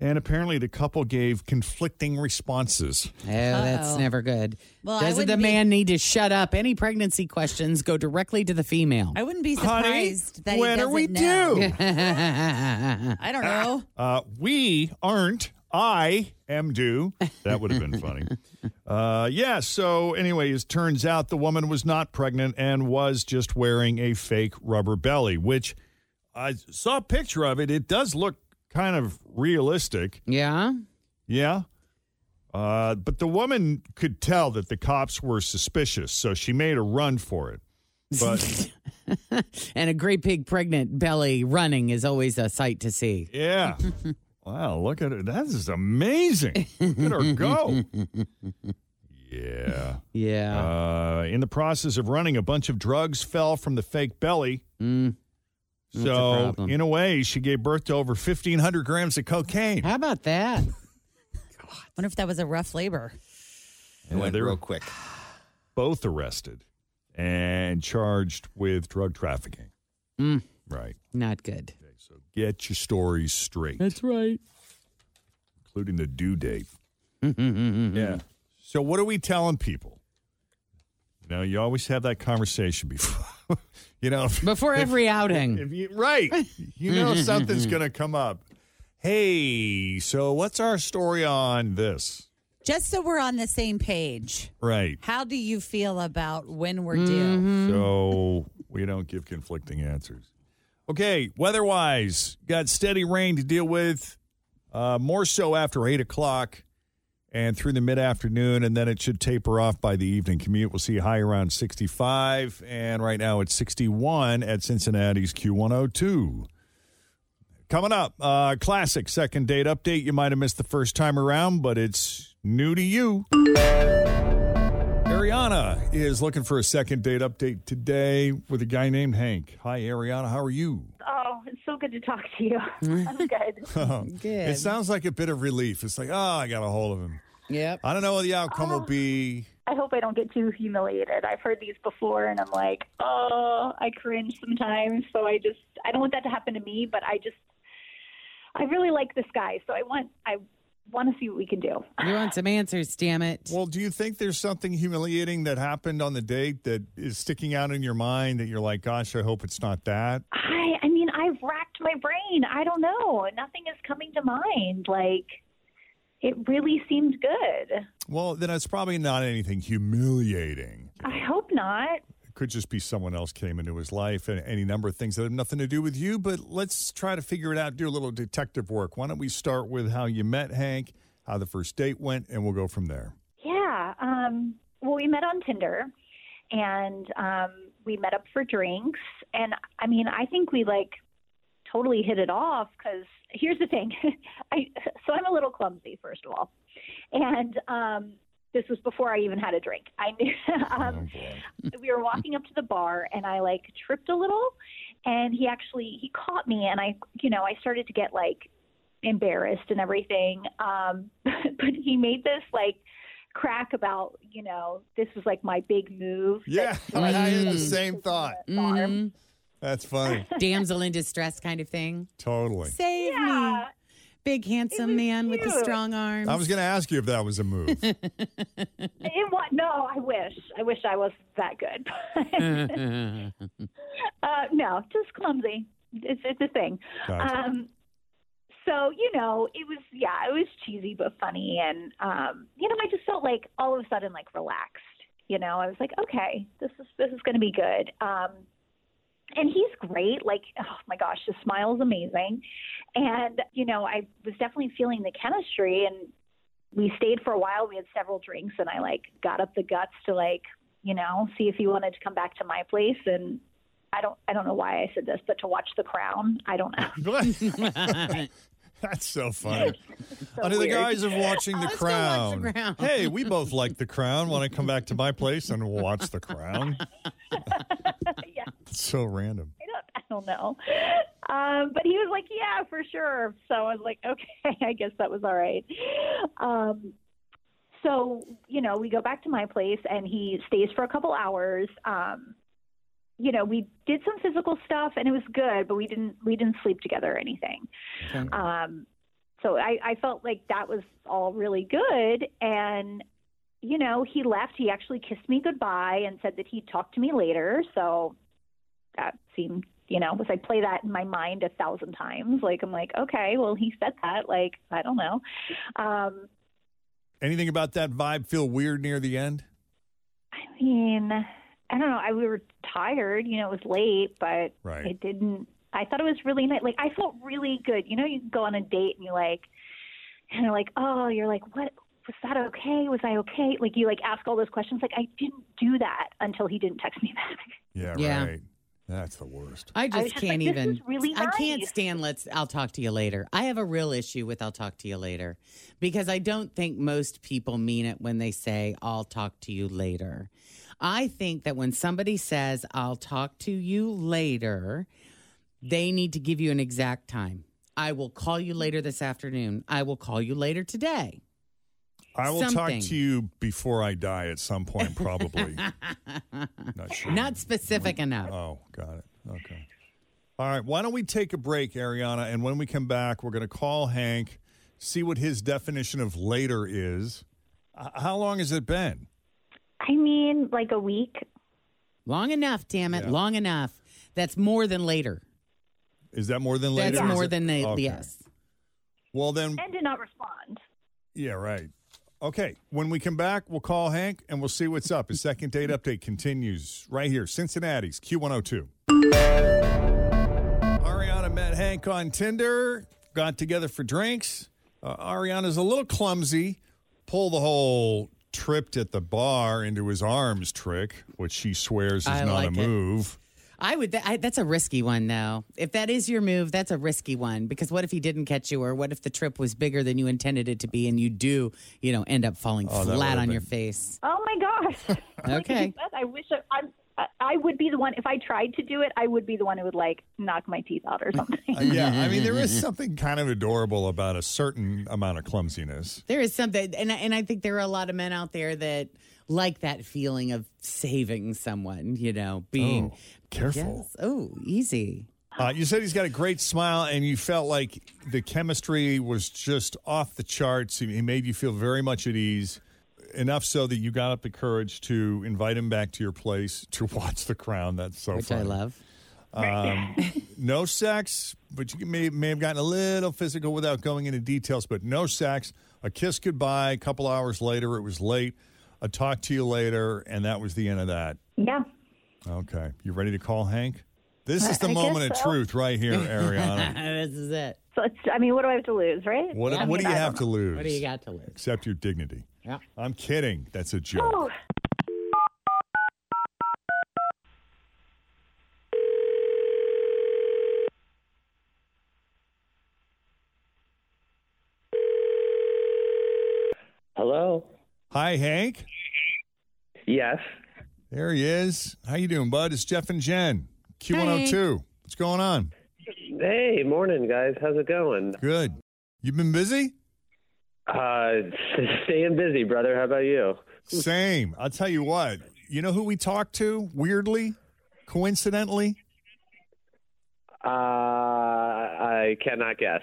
Speaker 2: And apparently the couple gave conflicting responses.
Speaker 4: Oh, that's never good.
Speaker 3: Well, I
Speaker 4: Doesn't the
Speaker 3: wouldn't be-
Speaker 4: man need to shut up? Any pregnancy questions go directly to the female.
Speaker 3: I wouldn't be
Speaker 4: Honey,
Speaker 3: surprised that
Speaker 4: when
Speaker 3: he
Speaker 4: are
Speaker 3: doesn't
Speaker 4: we
Speaker 3: know.
Speaker 4: due?
Speaker 3: I don't know.
Speaker 2: Uh, we aren't. I am due. That would have been funny. Uh, yeah. So, anyways, turns out the woman was not pregnant and was just wearing a fake rubber belly, which I saw a picture of it. It does look kind of realistic.
Speaker 4: Yeah.
Speaker 2: Yeah. Uh, but the woman could tell that the cops were suspicious, so she made a run for it. But
Speaker 4: and a great big pregnant belly running is always a sight to see.
Speaker 2: yeah. Wow, look at her. That is amazing. Look at her go. Yeah.
Speaker 4: Yeah.
Speaker 2: Uh, in the process of running, a bunch of drugs fell from the fake belly.
Speaker 4: Mm. a
Speaker 2: so,
Speaker 4: problem.
Speaker 2: in a way, she gave birth to over 1,500 grams of cocaine.
Speaker 4: How about that?
Speaker 3: wonder if that was a rough labor.
Speaker 5: It went
Speaker 2: they were-
Speaker 5: real quick.
Speaker 2: both arrested and charged with drug trafficking.
Speaker 4: Mm.
Speaker 2: Right.
Speaker 4: Not good.
Speaker 2: Get your stories straight,
Speaker 4: That's right.
Speaker 2: including the due date. yeah. So, what are we telling people? You know, you always have that conversation before, you know, if-
Speaker 4: Before every outing.
Speaker 2: If you, right. You know, something's going to come up. Hey, so what's our story on this?
Speaker 3: Just so we're on the same page,
Speaker 2: Right.
Speaker 3: how do you feel about when we're due?
Speaker 4: Mm-hmm.
Speaker 2: So we don't give conflicting answers. Okay, weather wise, got steady rain to deal with, uh, more so after 8 o'clock and through the mid afternoon, and then it should taper off by the evening commute. We'll see a high around 65, and right now it's 61 at Cincinnati's Q102. Coming up, uh, classic second date update. You might have missed the first time around, but it's new to you. Ariana is looking for a second date update today with a guy named Hank. Hi, Ariana. How are you?
Speaker 13: Oh, it's so good to talk to you. I'm good.
Speaker 2: Good. Oh, It sounds like a bit of relief. It's like, oh, I got a hold of him.
Speaker 4: Yep.
Speaker 2: I don't know what the outcome
Speaker 13: Oh.
Speaker 2: will be.
Speaker 13: I hope I don't get too humiliated. I've heard these before, and I'm like, oh, I cringe sometimes. So I just, I don't want that to happen to me. But I just, I really like this guy, so I want, I want to see what we can do.
Speaker 4: You want some answers, damn it.
Speaker 2: Well, do you think there's something humiliating that happened on the date that is sticking out in your mind that you're like, gosh, I hope it's not that?
Speaker 13: I, I mean, I've racked my brain. I don't know. Nothing is coming to mind. Like, it really seemed good.
Speaker 2: Well, then it's probably not anything humiliating.
Speaker 13: I hope not.
Speaker 2: It could just be someone else came into his life and any number of things that have nothing to do with you. But let's try to figure it out, do a little detective work. Why don't we start with how you met Hank, how the first date went, and we'll go from there.
Speaker 13: Yeah. Um, well, we met on Tinder, and um, we met up for drinks. And I mean, I think we like totally hit it off because here's the thing. I so I'm a little clumsy, first of all, and um, This was before I even had a drink. I knew um, we were walking up to the bar, and I like tripped a little, and he actually he caught me, and I you know I started to get like embarrassed and everything. Um, but he made this like crack about you know this was like my big move.
Speaker 2: Yeah, I had the same
Speaker 13: Mm.
Speaker 2: thought.
Speaker 4: Mm.
Speaker 2: That's funny.
Speaker 4: Damsel in distress kind of thing.
Speaker 2: Totally.
Speaker 4: Save me. Big handsome man with the
Speaker 13: cute.
Speaker 4: strong arms.
Speaker 2: I was going to ask you if that was a move.
Speaker 13: It was no, I wish. I wish I was that good. uh, no, just clumsy. It's it's a thing.
Speaker 7: Gotcha.
Speaker 13: Um, so you know, it was yeah, it was cheesy but funny, and um, you know, I just felt like all of a sudden like relaxed. You know, I was like, okay, this is this is going to be good. Um, and he's great. Like, oh my gosh, his smile is amazing. And you know, I was definitely feeling the chemistry, and we stayed for a while. We had several drinks, and I like got up the guts to like, you know, see if he wanted to come back to my place. And I don't, I don't know why I said this, but to watch The Crown, I don't know.
Speaker 2: That's so funny.
Speaker 13: so
Speaker 2: Under the
Speaker 13: weird.
Speaker 2: guise of watching The
Speaker 13: Let's go watch The
Speaker 2: Crown.
Speaker 13: Crown.
Speaker 2: Hey, we both like The Crown. Want to come back to my place and watch The Crown? So random.
Speaker 13: I don't know. Um, but he was like, yeah, for sure. So I was like, okay, I guess that was all right. Um, so, you know, we go back to my place and he stays for a couple hours. Um, you know, we did some physical stuff and it was good, but we didn't, we didn't sleep together or anything. Um, so I, I felt like that was all really good. And, you know, he left. He actually kissed me goodbye and said that he'd talk to me later. So that seemed, you know, was I play that in my mind a thousand times. Like, I'm like, okay, well, he said that. Like, I don't know. Um,
Speaker 2: Anything about that vibe feel weird near the end?
Speaker 13: I mean, I don't know. I we were tired. You know, it was late, but
Speaker 2: Right.
Speaker 13: it didn't. I thought it was really nice. Like I felt really good. You know, you go on a date and you like, and you're like, oh, you're like, what was that? Okay, was I okay? Like you like ask all those questions. Like I didn't do that until he didn't text me back.
Speaker 2: Yeah,
Speaker 4: Yeah.
Speaker 2: right. That's the worst.
Speaker 4: I
Speaker 13: I was
Speaker 4: just
Speaker 13: just
Speaker 4: can't
Speaker 13: like, this
Speaker 4: even.
Speaker 13: is really
Speaker 4: I can't
Speaker 13: nice.
Speaker 4: stand. Let's. I'll talk to you later. I have a real issue with I'll talk to you later because I don't think most people mean it when they say I'll talk to you later. I think that when somebody says I'll talk to you later, they need to give you an exact time. I will call you later this afternoon. I will call you later today.
Speaker 2: I will
Speaker 4: Something.
Speaker 2: talk to you before I die at some point, probably. Not sure.
Speaker 4: Not specific enough.
Speaker 2: Oh, got it. Okay. All right. Why don't we take a break, Ariana? And when we come back, we're going to call Hank, see what his definition of later is. H- How long has it been?
Speaker 13: I mean, like a week.
Speaker 4: Long enough, damn it. Long enough. That's more than later.
Speaker 2: Is that more than later?
Speaker 4: That's
Speaker 2: Is
Speaker 4: more
Speaker 2: it-
Speaker 4: than they,
Speaker 2: Okay.
Speaker 4: yes.
Speaker 2: Well, then,
Speaker 13: And did not respond.
Speaker 2: yeah, right. Okay. When we come back, we'll call Hank and we'll see what's up. His second date update continues right here, Cincinnati's Q102. Ariana met Hank on Tinder, got together for drinks. Uh, Ariana's a little clumsy, pulled the whole tripped at the bar into his arms trick, which she swears is
Speaker 4: I
Speaker 2: not
Speaker 4: like
Speaker 2: a
Speaker 4: it.
Speaker 2: move.
Speaker 4: I would. That, I, that's a risky one, though. If that is your move, that's a risky one because what if he didn't catch you, or what if the trip was bigger than you intended it to be, and you do, you know, end up falling
Speaker 2: Oh, that
Speaker 4: flat
Speaker 2: would've
Speaker 4: on your
Speaker 2: been-
Speaker 4: face?
Speaker 13: Oh my gosh. Like I
Speaker 4: Okay.
Speaker 13: said, I wish I, I'm. I- I would be the one if I tried to do it. I would be the one who would like knock my teeth out or something.
Speaker 2: Uh, yeah, I mean, there is something kind of adorable about a certain amount of clumsiness.
Speaker 4: There is something, and I- and I think there are a lot of men out there that like that feeling of saving someone. You know, being
Speaker 2: Oh, careful.
Speaker 4: Yes. Oh, easy.
Speaker 2: Uh, you said he's got a great smile, and you felt like the chemistry was just off the charts. He he made you feel very much at ease, enough so that you got up the courage to invite him back to your place to watch The Crown. That's so
Speaker 4: Which I
Speaker 2: funny.
Speaker 4: love.
Speaker 2: Um, no sex, but you may, may have gotten a little physical without going into details, but no sex. A kiss goodbye. A couple hours later, it was late. A talk to you later, and that was the end of that.
Speaker 13: yeah.
Speaker 2: Okay. You ready to call Hank? This
Speaker 13: I-
Speaker 2: is the
Speaker 13: I guess
Speaker 2: moment of
Speaker 13: so.
Speaker 2: truth right here, Ariana.
Speaker 4: this is it.
Speaker 13: So it's, I mean, what do I have to lose, right?
Speaker 2: What,
Speaker 13: I
Speaker 2: what
Speaker 13: mean,
Speaker 2: do you
Speaker 13: I
Speaker 2: have
Speaker 13: don't
Speaker 2: to
Speaker 13: know.
Speaker 2: lose?
Speaker 4: What do you got to lose?
Speaker 2: Except your dignity.
Speaker 4: Yeah.
Speaker 2: I'm kidding. That's a joke.
Speaker 13: Oh,
Speaker 14: Hello.
Speaker 2: Hi, Hank.
Speaker 5: Yes.
Speaker 2: There he is. How you doing, bud? It's Jeff and Jen. Q102. What's going on?
Speaker 5: Hey, morning, guys. How's it going?
Speaker 2: Good. You've been busy?
Speaker 5: Uh, staying busy, brother. How about you?
Speaker 2: Same. I'll tell you what. You know who we talked to? Weirdly, coincidentally,
Speaker 5: Uh, I cannot guess.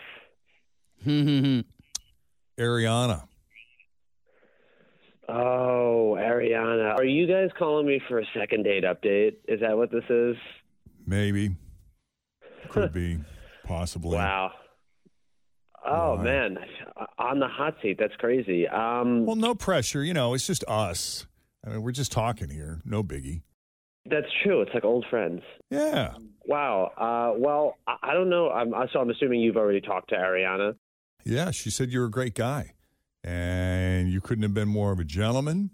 Speaker 2: Ariana.
Speaker 5: Oh, Ariana. Are you guys calling me for a second date update? Is that what this is?
Speaker 2: Maybe. Could be. Possibly.
Speaker 5: Wow. Oh, man. On the hot seat. That's crazy. Um,
Speaker 2: Well, no pressure. You know, it's just us. I mean, we're just talking here. No biggie.
Speaker 5: That's true. Oh, It's like old friends.
Speaker 2: Yeah.
Speaker 5: Wow. Uh, well, I, I don't know. I'm, so I'm assuming you've already talked to Ariana.
Speaker 2: Yeah, she said you're a great guy, and you couldn't have been more of a gentleman.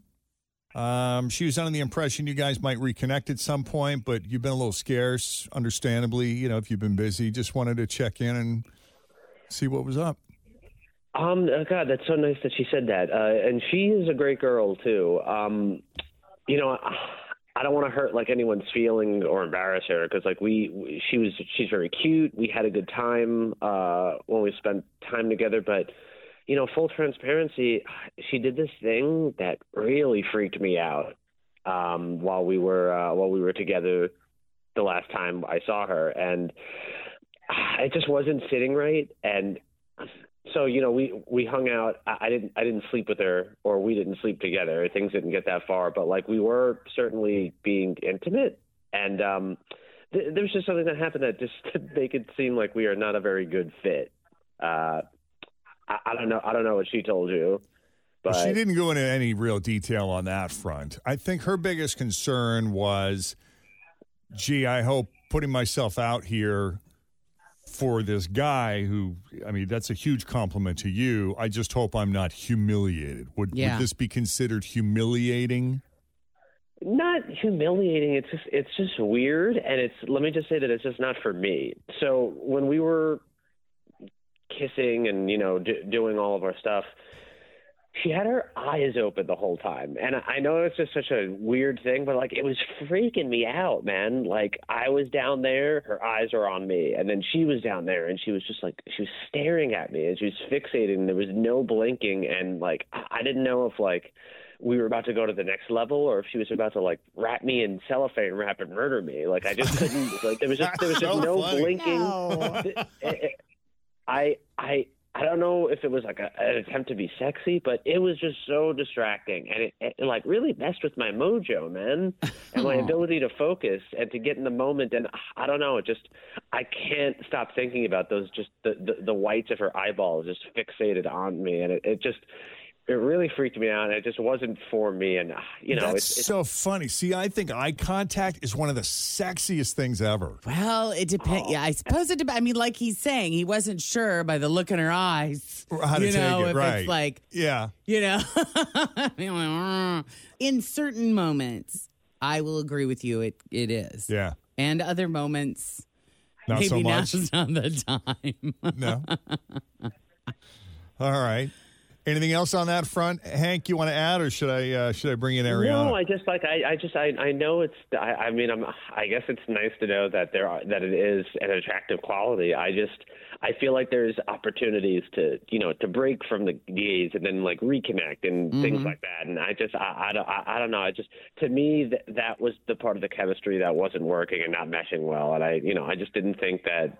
Speaker 2: Um, she was under the impression you guys might reconnect at some point, but you've been a little scarce, understandably. You know, if you've been busy, just wanted to check in and see what was up.
Speaker 5: Um, oh, God, that's so nice that she said that. Uh, and she is a great girl too. Um, you know, I, I don't want to hurt like anyone's feeling or embarrass her because like we, we, she was, she's very cute. We had a good time uh, when we spent time together, but you know, full transparency, she did this thing that really freaked me out um, while we were uh, while we were together the last time I saw her, and ah, it just wasn't sitting right. And so you know we we hung out I, I didn't i didn't sleep with her or we didn't sleep together things didn't get that far but like we were certainly being intimate and um th- there was just something that happened that just make it seem like we are not a very good fit uh i, I don't know i don't know what she told you but
Speaker 2: Well, she didn't go into any real detail on that front. I think her biggest concern was, gee, I hope putting myself out here for this guy who, I mean, that's a huge compliment to you. I just hope I'm not humiliated. Would,
Speaker 5: Yeah.
Speaker 2: would this be considered humiliating?
Speaker 5: not humiliating it's just it's just weird and it's let me just say that it's just not for me so when we were kissing and you know d- doing all of our stuff she had her eyes open the whole time and i I know it's just such a weird thing but like it was freaking me out Oh, man like i was down there her eyes are on me and then she was down there and she was just like she was staring at me and she was fixating and there was no blinking and like i I didn't know if like we were about to go to the next level or if she was about to like wrap me in cellophane wrap and murder me like i just couldn't like there was just there was just
Speaker 15: So
Speaker 5: no
Speaker 15: funny.
Speaker 5: blinking I I I don't know if it was like a, an attempt to be sexy, but it was just so distracting, and it, it like really messed with my mojo, man, and
Speaker 15: Oh.
Speaker 5: my ability to focus and to get in the moment. And I don't know, it just I can't stop thinking about those just the the, the whites of her eyeballs just fixated on me, and it, it just. It really freaked me out. and It just wasn't for me, and ah, you know,
Speaker 2: That's
Speaker 5: it's, it's
Speaker 2: so funny. See, I think eye contact is one of the sexiest things ever.
Speaker 4: Well, it
Speaker 2: Oh.
Speaker 4: depends. Yeah, I suppose it depends. I mean, like he's saying, he wasn't sure by the look in her eyes.
Speaker 2: How to
Speaker 4: you know,
Speaker 2: take it,
Speaker 4: if
Speaker 2: right?
Speaker 4: it's like,
Speaker 2: yeah.
Speaker 4: you know, "Mm." in certain moments, I will agree with you. It it is.
Speaker 2: Yeah.
Speaker 4: And other moments,
Speaker 2: Not
Speaker 4: maybe
Speaker 2: so much.
Speaker 4: now's not the time.
Speaker 2: No. All right. Anything else on that front, Hank? You want to add, or should I uh, should I bring in Ariana?
Speaker 5: No, I just like I, I just I, I know it's I, I mean I'm I guess it's nice to know that there are that it is an attractive quality. I just I feel like there's opportunities to you know to break from the gaze and then like reconnect and things
Speaker 16: Mhm.
Speaker 5: like that. And I just I I don't I, I don't know. I just to me th- that was the part of the chemistry that wasn't working and not meshing well. And I you know I just didn't think that.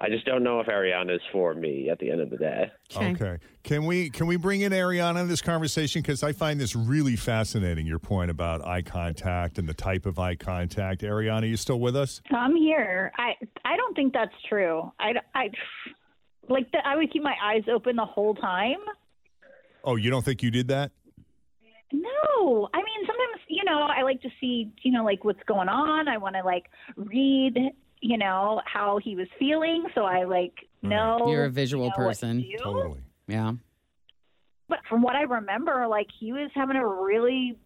Speaker 5: I just don't know if Ariana's for me at the end of the day.
Speaker 2: Okay. Can we can we bring in Ariana in this conversation because I find this really fascinating. Your point about eye contact and the type of eye contact. Ariana, you still with us?
Speaker 13: I'm here. I I don't think that's true. I, I like the, I would keep my eyes open the whole time.
Speaker 2: Oh, you don't think you did that?
Speaker 13: No, I mean sometimes you know I like to see you know like what's going on. I want to like read you know how he was feeling. So I like know
Speaker 4: You're a
Speaker 13: you
Speaker 4: visual
Speaker 13: know, what
Speaker 4: person.
Speaker 13: to do.
Speaker 2: Totally.
Speaker 4: Yeah.
Speaker 13: But from what I remember, like he was having a really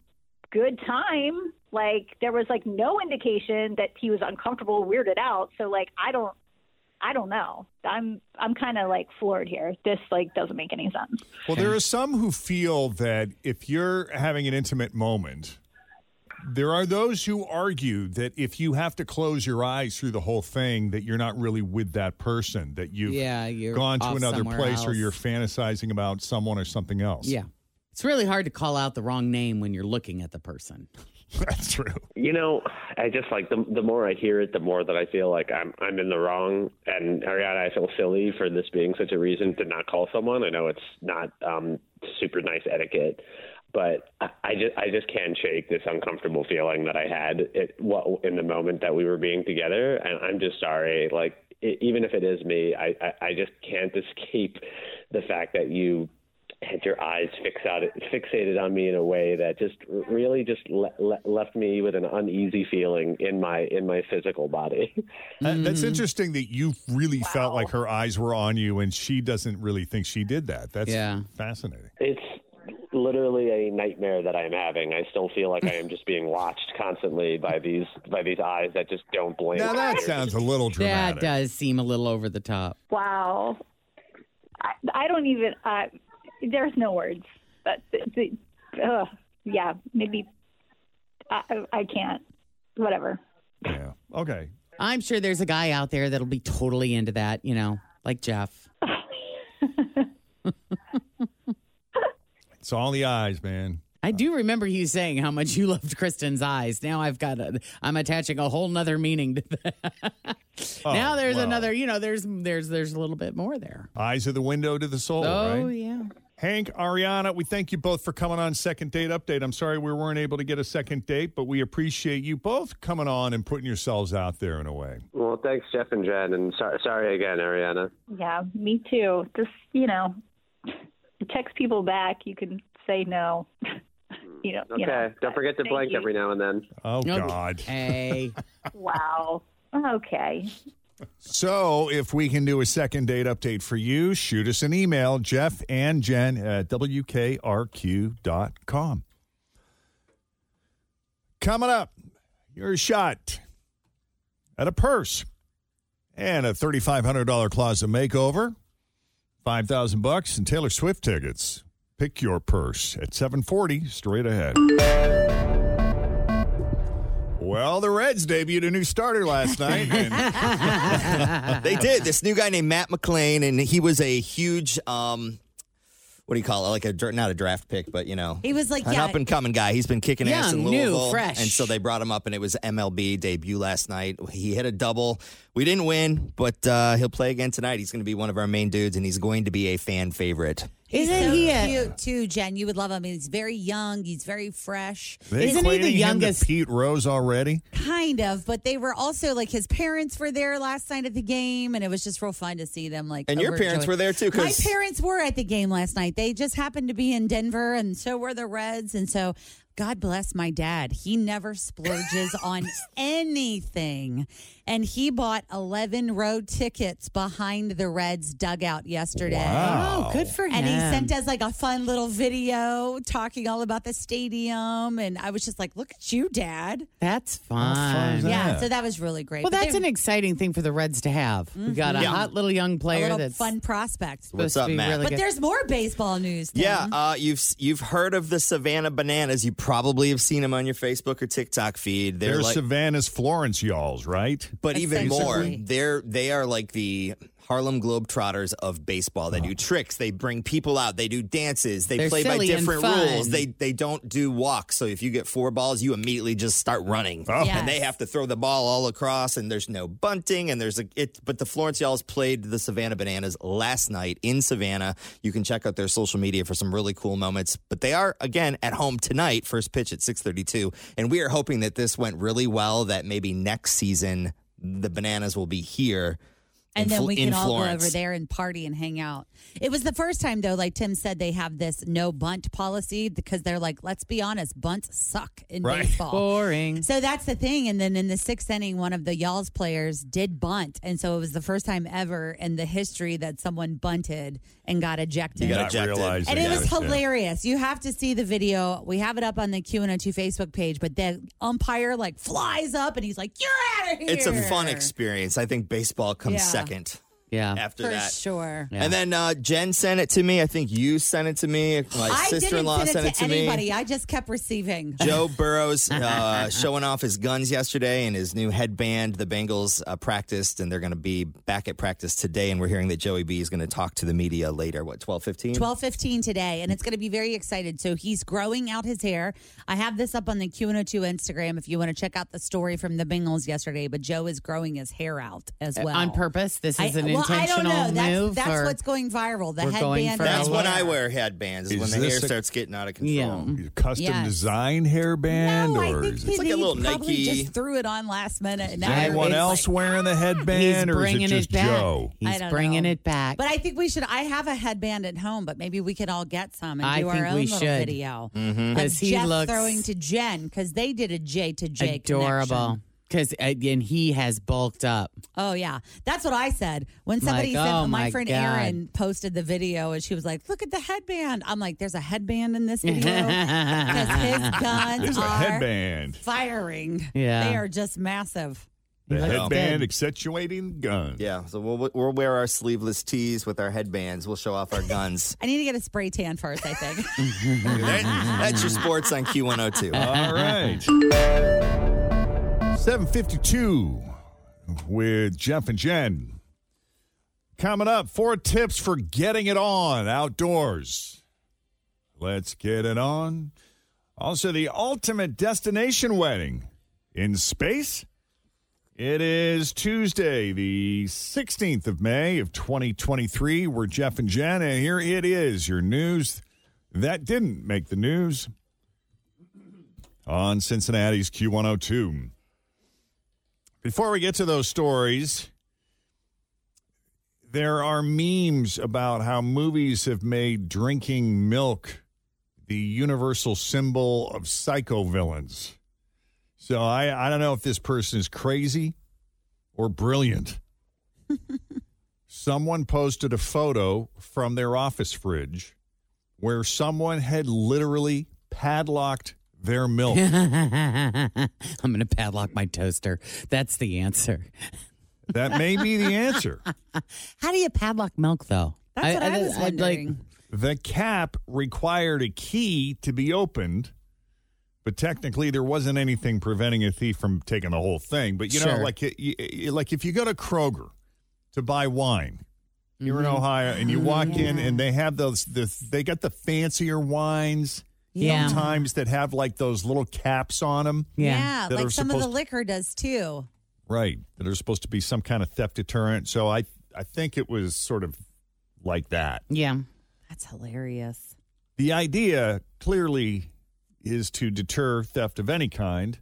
Speaker 13: good time. Like there was like no indication that he was uncomfortable, weirded out. So like I don't, I don't know. I'm I'm kind of like floored here. This like doesn't make any sense.
Speaker 2: Well, there are some who feel that if you're having an intimate moment, there are those who argue that if you have to close your eyes through the whole thing, that you're not really with that person, that you've
Speaker 4: Yeah, you're
Speaker 2: gone to
Speaker 4: off
Speaker 2: another
Speaker 4: somewhere
Speaker 2: place or
Speaker 4: else.
Speaker 2: you're fantasizing about someone or something else.
Speaker 4: Yeah. It's really hard to call out the wrong name when you're looking at the person.
Speaker 2: That's true.
Speaker 14: You know, I just like the the more I hear it, the more that I feel like I'm I'm in the wrong. And Ariana, I feel silly for this being such a reason to not call someone. I know it's not um, super nice etiquette, but I, I just I just can't shake this uncomfortable feeling that I had it what in the moment that we were being together. And I'm just sorry, like. e- Even if it is me, I, I, I just can't escape the fact that you had your eyes fixated fixated on me in a way that just r- really just le- le- left me with an uneasy feeling in my in my physical body.
Speaker 4: Mm-hmm.
Speaker 2: That- That's interesting that you really felt like her eyes were on you and she doesn't really think she did that. That's fascinating.
Speaker 14: It's literally a nightmare that I'm having. I still feel like I am just being watched constantly by these by these eyes that just don't blink.
Speaker 4: Now that
Speaker 14: They're
Speaker 4: sounds
Speaker 2: a little
Speaker 4: That does seem a little over the top.
Speaker 13: Wow. I, I don't even. Uh, there's no words. But the, the, uh, yeah, maybe I, I I can't. Whatever.
Speaker 2: Yeah. Okay.
Speaker 4: I'm sure there's a guy out there that'll be totally into that, you know, like Jeff.
Speaker 2: It's all the eyes, man.
Speaker 4: I do remember you saying how much you loved Kristen's eyes. Now I've got a, I'm attaching a whole nother meaning to that.
Speaker 3: Oh,
Speaker 4: now there's
Speaker 2: well.
Speaker 4: another, you know, there's there's there's a little bit more there.
Speaker 2: Eyes are the window to the soul,
Speaker 4: oh
Speaker 2: right?
Speaker 4: yeah.
Speaker 2: Hank, Ariana, we thank you both for coming on Second Date Update. I'm sorry we weren't able to get a second date, but we appreciate you both coming on and putting yourselves out there in a way.
Speaker 14: Well, thanks, Jeff and Jen, and sorry, sorry again, Ariana.
Speaker 13: Yeah, me too. Just you know, you text people back. You can say no. you know.
Speaker 14: Okay,
Speaker 13: You know.
Speaker 14: don't forget to
Speaker 13: Thank
Speaker 14: blank
Speaker 13: you.
Speaker 14: every now and then.
Speaker 2: Oh God.
Speaker 4: Hey.
Speaker 13: Wow. Okay.
Speaker 2: So, if we can do a second date update for you, shoot us an email, Jeff and Jen at WKRQ.com. Coming up, your shot at a purse and a $3,500 closet makeover, 5000 bucks and Taylor Swift tickets. Pick your purse at 740 straight ahead. Well, the Reds debuted a new starter last night. and-
Speaker 5: they did. This new guy named Matt McClain, and he was a huge, um, what do you call it? Like a dr- not a draft pick, but you know,
Speaker 3: He was like,
Speaker 5: an
Speaker 3: yeah.
Speaker 5: up and coming guy. He's been kicking ass in
Speaker 3: Young, new,
Speaker 5: Louisville,
Speaker 3: fresh.
Speaker 5: and so they brought him up, and it was MLB debut last night. He hit a double. We didn't win, but uh, he'll play again tonight. He's going to be one of our main dudes, and he's going to be a fan favorite.
Speaker 3: He's
Speaker 4: Isn't
Speaker 3: so
Speaker 4: he a-
Speaker 3: cute too, Jen? You would love him. He's very young. He's very fresh.
Speaker 2: They equating him to Pete Rose already.
Speaker 3: Kind of, but they were also like his parents were there last night at the game, and it was just real fun to see them. Like,
Speaker 5: And your
Speaker 3: overjoyed.
Speaker 5: parents were there, too,
Speaker 3: My
Speaker 5: 'cause-
Speaker 3: parents were at the game last night. They just happened to be in Denver, and so were the Reds. And so, God bless my dad. He never splurges on anything, and he bought eleven row tickets behind the Reds dugout yesterday.
Speaker 4: Wow. Oh, good for
Speaker 3: And he
Speaker 4: him.
Speaker 3: sent us like a fun little video talking all about the stadium, and I was just like, "Look at you, Dad."
Speaker 4: That's
Speaker 3: Yeah,
Speaker 4: fun.
Speaker 3: so that was really great.
Speaker 4: well,
Speaker 3: But
Speaker 4: that's
Speaker 3: they-
Speaker 4: an exciting thing for the Reds to have. We got a
Speaker 5: Yeah.
Speaker 4: hot little young player
Speaker 3: Mm-hmm. a little
Speaker 4: that's
Speaker 3: fun prospect.
Speaker 5: What's up, Matt?
Speaker 3: but there's more baseball news. Tim.
Speaker 5: Yeah, uh, you've you've heard of the Savannah Bananas. You probably have seen them on your Facebook or TikTok feed.
Speaker 2: They're,
Speaker 5: like-
Speaker 2: Savannah's Florence y'alls, right?
Speaker 5: But even more,
Speaker 2: Essentially.
Speaker 5: they're they are like the Harlem Globetrotters of baseball. They do tricks, they bring people out, they do dances, they
Speaker 4: They're
Speaker 5: play by
Speaker 4: silly and
Speaker 5: different
Speaker 4: fun.
Speaker 5: rules. They they don't do walks. So if you get four balls, you immediately just start running.
Speaker 3: Yes.
Speaker 5: And they have to throw the ball all across and there's no bunting and there's a it but the Florence Y'alls played the Savannah Bananas last night in Savannah. You can check out their social media for some really cool moments. But they are again at home tonight, first pitch at 6:32, and we are hoping that this went really well that maybe next season the bananas will be here.
Speaker 3: and
Speaker 5: in
Speaker 3: then
Speaker 5: Fl-
Speaker 3: we
Speaker 5: in
Speaker 3: can all
Speaker 5: Florence.
Speaker 3: go over there and party and hang out. It was the first time though, like Tim said, they have this no bunt policy because they're like, let's be honest, bunts suck in
Speaker 4: Right.
Speaker 3: baseball.
Speaker 4: Boring.
Speaker 3: So that's the thing. And then in the sixth inning, one of the y'all's players did bunt, and so it was the first time ever in the history that someone bunted and got ejected.
Speaker 5: You got
Speaker 2: Not
Speaker 5: ejected.
Speaker 2: realizing
Speaker 3: And it was
Speaker 2: yeah.
Speaker 3: hilarious. You have to see the video. We have it up on the QN02 Facebook page, but the umpire like flies up and he's like, You're out of here.
Speaker 5: It's a fun experience. I think baseball comes
Speaker 3: Yeah.
Speaker 5: second.
Speaker 4: Yeah.
Speaker 5: After
Speaker 3: For
Speaker 5: that.
Speaker 3: sure.
Speaker 5: And then uh, Jen sent it to me. I think you sent it to me. My
Speaker 3: I
Speaker 5: sister in law
Speaker 3: didn't
Speaker 5: sent
Speaker 3: send
Speaker 5: it to,
Speaker 3: anybody.
Speaker 5: me.
Speaker 3: I just kept receiving.
Speaker 5: Joe Burrows uh, showing off his guns yesterday and his new headband. The Bengals uh, practiced, and they're going to be back at practice today. And we're hearing that Joey B is going to talk to the media later. What twelve fifteen?
Speaker 3: 12:15 today and it's going to be very excited. So he's growing out his hair. I have this up on the Q102 Instagram if you want to check out the story from the Bengals yesterday, but Joe is growing his hair out as
Speaker 4: Uh,
Speaker 3: well.
Speaker 4: on purpose? This is an
Speaker 3: well, I
Speaker 4: intentional
Speaker 3: don't know. That's,
Speaker 4: move,
Speaker 3: that's
Speaker 4: or-
Speaker 3: what's going viral. The
Speaker 4: We're going
Speaker 3: headband.
Speaker 4: for
Speaker 5: That's
Speaker 4: a
Speaker 5: when
Speaker 4: hair.
Speaker 5: I wear headbands is
Speaker 2: Is
Speaker 5: when the
Speaker 2: this
Speaker 5: hair
Speaker 2: a-
Speaker 5: starts getting out of control.
Speaker 2: Custom
Speaker 3: Yes.
Speaker 2: design hairband,
Speaker 3: No, I
Speaker 2: or
Speaker 3: think
Speaker 2: is
Speaker 3: he
Speaker 2: it
Speaker 5: like a little
Speaker 3: probably
Speaker 5: Nike.
Speaker 3: just threw it on last minute. and
Speaker 2: is
Speaker 3: now
Speaker 2: anyone
Speaker 3: everybody's
Speaker 2: else wearing
Speaker 3: "Ah,
Speaker 2: the headband, or is it
Speaker 4: bringing
Speaker 2: just
Speaker 4: it back.
Speaker 2: Joe?
Speaker 3: I
Speaker 4: He's
Speaker 3: don't
Speaker 4: bringing
Speaker 3: know.
Speaker 4: it back.
Speaker 3: But I think we should. I have a headband at home, but maybe we could all get some and
Speaker 4: I
Speaker 3: do
Speaker 4: think
Speaker 3: our own
Speaker 4: we
Speaker 3: little
Speaker 4: should.
Speaker 3: video.
Speaker 4: Mhm.
Speaker 3: of
Speaker 4: 'Cause he
Speaker 3: Jeff
Speaker 4: looks
Speaker 3: throwing to Jen because they did a J to J
Speaker 4: Adorable.
Speaker 3: connection.
Speaker 4: Because and he has bulked up.
Speaker 3: Oh yeah, that's what I said when
Speaker 4: Like,
Speaker 3: somebody said
Speaker 4: oh,
Speaker 3: my,
Speaker 4: my
Speaker 3: friend
Speaker 4: God.
Speaker 3: Erin posted the video and she was like, "Look at the headband." I'm like, "There's a headband in this video because his guns
Speaker 2: There's
Speaker 3: are
Speaker 2: a headband.
Speaker 3: firing.
Speaker 2: Yeah.
Speaker 3: they are just massive."
Speaker 2: The
Speaker 5: That's
Speaker 2: headband
Speaker 5: good.
Speaker 2: accentuating gun.
Speaker 5: Yeah, so we'll, we'll wear our sleeveless tees with our headbands. We'll show off our guns.
Speaker 3: I need to get a spray tan first. I think.
Speaker 5: That- that's your sports on Q102.
Speaker 2: All right. 752 with Jeff and Jen. Coming up, four tips for getting it on outdoors. Let's get it on. Also, the ultimate destination wedding in space. It is Tuesday, the 16th of May of 2023. We're Jeff and Jen, and here it is your news that didn't make the news on Cincinnati's Q102. Before we get to those stories, there are memes about how movies have made drinking milk the universal symbol of psychovillains. So I, I don't know if this person is crazy or brilliant. Someone posted a photo from their office fridge where someone had literally padlocked their milk.
Speaker 4: I'm going to padlock my toaster. That's the answer.
Speaker 2: That may be the answer.
Speaker 4: How do you padlock milk, though?
Speaker 3: That's what I was
Speaker 4: I'd
Speaker 3: wondering.
Speaker 2: The cap required a key to be opened, but technically there wasn't anything preventing a thief from taking the whole thing. But you know,
Speaker 4: Sure.
Speaker 2: like y- y- y- like if you go to Kroger to buy wine, you're in Ohio, and you walk in and they have those the, they got the fancier wines.
Speaker 3: Yeah.
Speaker 2: Sometimes that have like those little caps on them.
Speaker 3: Yeah,
Speaker 2: that are
Speaker 3: like some of the
Speaker 2: supposed-
Speaker 3: liquor does too.
Speaker 2: Right. That are supposed to be some kind of theft deterrent. So I I think it was sort of like that.
Speaker 4: Yeah.
Speaker 3: That's hilarious.
Speaker 2: The idea clearly is to deter theft of any kind.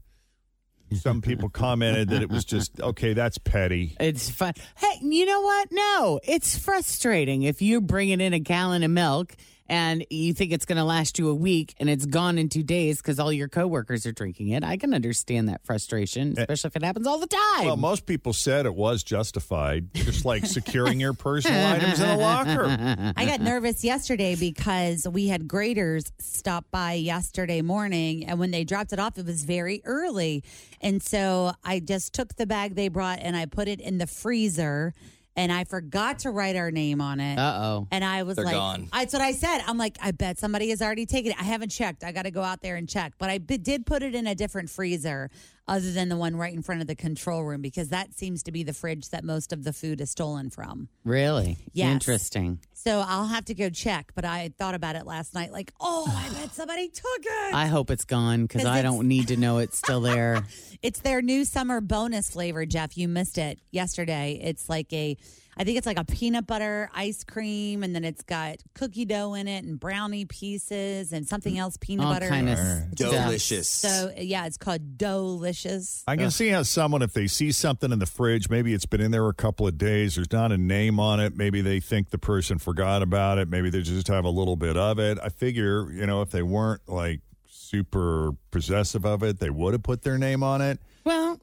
Speaker 2: Some people commented that it was just okay, that's petty.
Speaker 4: It's fun. Hey, you know what? No, it's frustrating if you're bringing in a gallon of milk and you think it's going to last you a week and it's gone in two days because all your coworkers are drinking it. I can understand that frustration, especially if it happens all the time.
Speaker 2: Well, most people said it was justified, just like securing your personal items in a locker.
Speaker 3: I got nervous yesterday because we had graders stop by yesterday morning, and when they dropped it off, it was very early. And so I just took the bag they brought and I put it in the freezer. And I forgot to write our name on it.
Speaker 4: Uh-oh.
Speaker 3: And I was
Speaker 4: They're
Speaker 3: like,
Speaker 4: gone.
Speaker 3: that's what I said. I'm like, I bet somebody has already taken it. I haven't checked. I got to go out there and check. But I b- did put it in a different freezer other than the one right in front of the control room because that seems to be the fridge that most of the food is stolen from.
Speaker 4: really?
Speaker 3: Yes.
Speaker 4: Interesting.
Speaker 3: So I'll have to go check. But I thought about it last night, like, oh, I bet somebody took it.
Speaker 4: I hope it's gone because
Speaker 3: 'Cause
Speaker 4: I
Speaker 3: it's-
Speaker 4: don't need to know it's still there.
Speaker 3: It's their new summer bonus flavor, Jeff. You missed it yesterday. It's like a, I think it's like a peanut butter ice cream, and then it's got cookie dough in it and brownie pieces and something else peanut
Speaker 4: All
Speaker 3: butter.
Speaker 4: kind of
Speaker 3: It's-
Speaker 5: Delicious.
Speaker 3: So yeah, it's called Delicious.
Speaker 2: I can see how someone, if they see something in the fridge, maybe it's been in there a couple of days, there's not a name on it. Maybe they think the person forgot about it. Maybe they just have a little bit of it. I figure, you know, if they weren't like super possessive of it, they would have put their name on it.
Speaker 4: Well,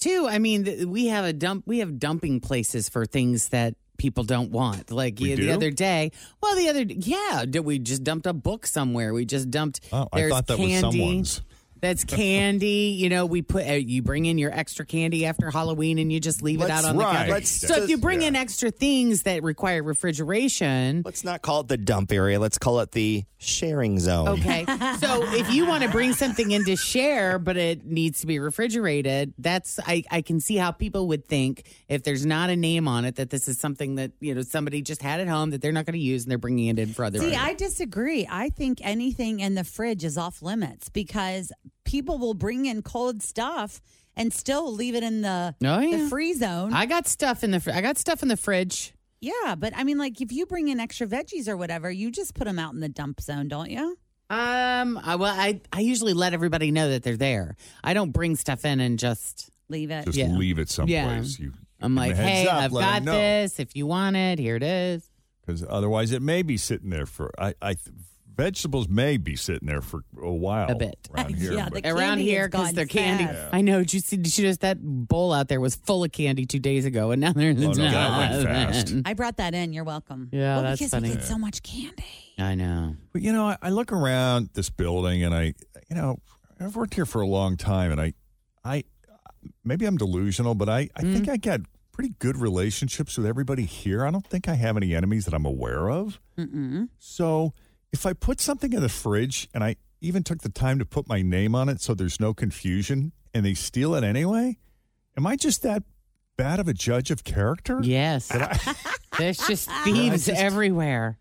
Speaker 4: too. I mean, th- we have a dump. We have dumping places for things that people don't want. Like
Speaker 2: We
Speaker 4: y- the
Speaker 2: do?
Speaker 4: other day. Well, the other yeah, d- we just dumped a book somewhere. We just dumped.
Speaker 2: Oh, I
Speaker 4: there's
Speaker 2: thought that was
Speaker 4: candy.
Speaker 2: someone's.
Speaker 4: That's candy. You know, we put uh, you bring in your extra candy after Halloween, and you just leave
Speaker 5: Let's-
Speaker 4: it out on the
Speaker 5: right.
Speaker 4: counter.
Speaker 5: Let's
Speaker 4: so if
Speaker 5: just-
Speaker 4: you bring in extra things that require refrigeration,
Speaker 5: let's not call it the dump area. Let's call it the sharing zone.
Speaker 4: Okay. So if you want to bring something in to share, but it needs to be refrigerated, that's I, I can see how people would think if there's not a name on it that this is something that you know somebody just had at home that they're not going to use and they're bringing it in for other.
Speaker 3: See, I disagree. I think anything in the fridge is off limits because people will bring in cold stuff and still leave it in the,
Speaker 4: Oh,
Speaker 3: the
Speaker 4: yeah.
Speaker 3: free zone.
Speaker 4: I got stuff in the fr- I got stuff in the fridge.
Speaker 3: yeah, but I mean, like if you bring in extra veggies or whatever, you just put them out in the dump zone, don't you?
Speaker 4: Um, I, well, I I usually let everybody know that they're there. I don't bring stuff in and just
Speaker 3: leave it.
Speaker 2: Just leave it someplace. You
Speaker 4: I'm
Speaker 2: give 'em a
Speaker 4: like,
Speaker 2: heads
Speaker 4: hey,
Speaker 2: up,
Speaker 4: I've
Speaker 2: let 'em
Speaker 4: got
Speaker 2: know."
Speaker 4: this. If you want it, here it is.
Speaker 2: because otherwise it may be sitting there for I, I th- vegetables may be sitting there for a while,
Speaker 4: A bit.
Speaker 2: around here. but-
Speaker 4: around here because they're candy. I know. Did you see? Did you notice that bowl out there was full of candy two days ago, and now there's
Speaker 2: Oh, no, that went fast.
Speaker 3: I brought that in. You're welcome.
Speaker 4: Yeah,
Speaker 3: well,
Speaker 4: that's
Speaker 3: because
Speaker 4: funny.
Speaker 3: we get so much candy.
Speaker 4: I know.
Speaker 2: But you know, I, I look around this building and I, you know, I've worked here for a long time and I, I, maybe I'm delusional, but I, I think I got pretty good relationships with everybody here. I don't think I have any enemies that I'm aware of.
Speaker 3: Mm-mm.
Speaker 2: So if I put something in the fridge and I even took the time to put my name on it so there's no confusion and they steal it anyway, am I just that bad of a judge of character?
Speaker 4: Yes.
Speaker 2: That I,
Speaker 4: There's just
Speaker 2: I
Speaker 4: thieves
Speaker 2: just-
Speaker 4: everywhere.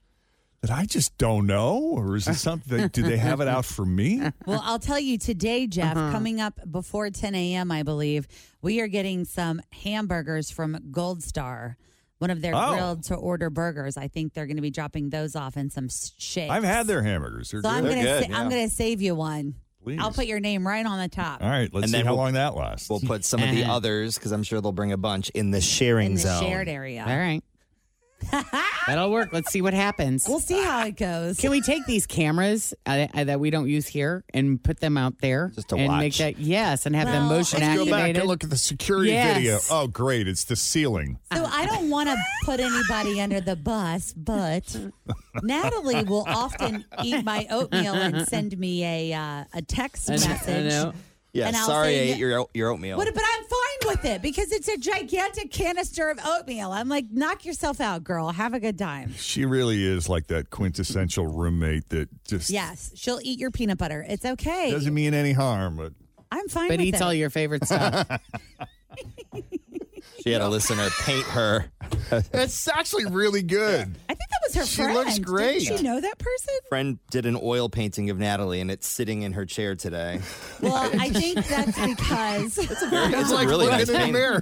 Speaker 2: that I just don't know? Or is it something? do they have it out for me?
Speaker 3: Well, I'll tell you today, Jeff, coming up before 10 a.m., I believe, we are getting some hamburgers from Gold Star, one of their
Speaker 2: Oh.
Speaker 3: grilled to order burgers. I think they're going to be dropping those off and some s- shakes.
Speaker 2: I've had their hamburgers. They're
Speaker 3: So I'm
Speaker 2: good.
Speaker 3: gonna sa- I'm going to save you one.
Speaker 2: Please.
Speaker 3: I'll put your name right on the top.
Speaker 2: All right, let's
Speaker 5: And
Speaker 2: see
Speaker 5: then
Speaker 2: how
Speaker 5: we'll-
Speaker 2: long that lasts.
Speaker 5: We'll put some of the
Speaker 4: Uh-huh.
Speaker 5: others because I'm sure they'll bring a bunch in the sharing
Speaker 3: in the
Speaker 5: zone.
Speaker 3: shared area.
Speaker 4: All right. That'll work. Let's see what happens.
Speaker 3: We'll see how it goes.
Speaker 4: Can we take these cameras uh, uh, that we don't use here and put them out there just
Speaker 5: to
Speaker 4: and make
Speaker 5: watch.
Speaker 4: that yes and have them
Speaker 3: Well,
Speaker 4: motion
Speaker 2: Let's go back
Speaker 4: activated?
Speaker 2: and look at the security
Speaker 4: Yes.
Speaker 2: video. Oh, great! It's the ceiling.
Speaker 3: So I
Speaker 4: Uh-huh.
Speaker 3: don't want to put anybody under the bus, but Natalie will often eat my oatmeal and send me a uh, a text
Speaker 4: I know, I
Speaker 3: message.
Speaker 4: know.
Speaker 5: Yeah,
Speaker 3: And I'll
Speaker 5: sorry I
Speaker 3: say-
Speaker 5: ate your, oat- your oatmeal.
Speaker 3: What, but I'm fine with it because it's a gigantic canister of oatmeal. I'm like, knock yourself out, girl. Have a good time.
Speaker 2: She really is like that quintessential roommate that just
Speaker 3: Yes, she'll eat your peanut butter. It's okay.
Speaker 2: doesn't mean any harm. But
Speaker 3: I'm fine
Speaker 4: but
Speaker 3: with
Speaker 4: eats
Speaker 3: it.
Speaker 4: all your favorite stuff.
Speaker 5: she had a listener paint her.
Speaker 2: it's actually really good.
Speaker 3: I think that was her
Speaker 2: She
Speaker 3: friend.
Speaker 2: looks great.
Speaker 3: Did you know that person?
Speaker 5: Friend did an oil painting of Natalie, and it's sitting in her chair today.
Speaker 3: Well, I think that's because
Speaker 5: It's like really nice painting.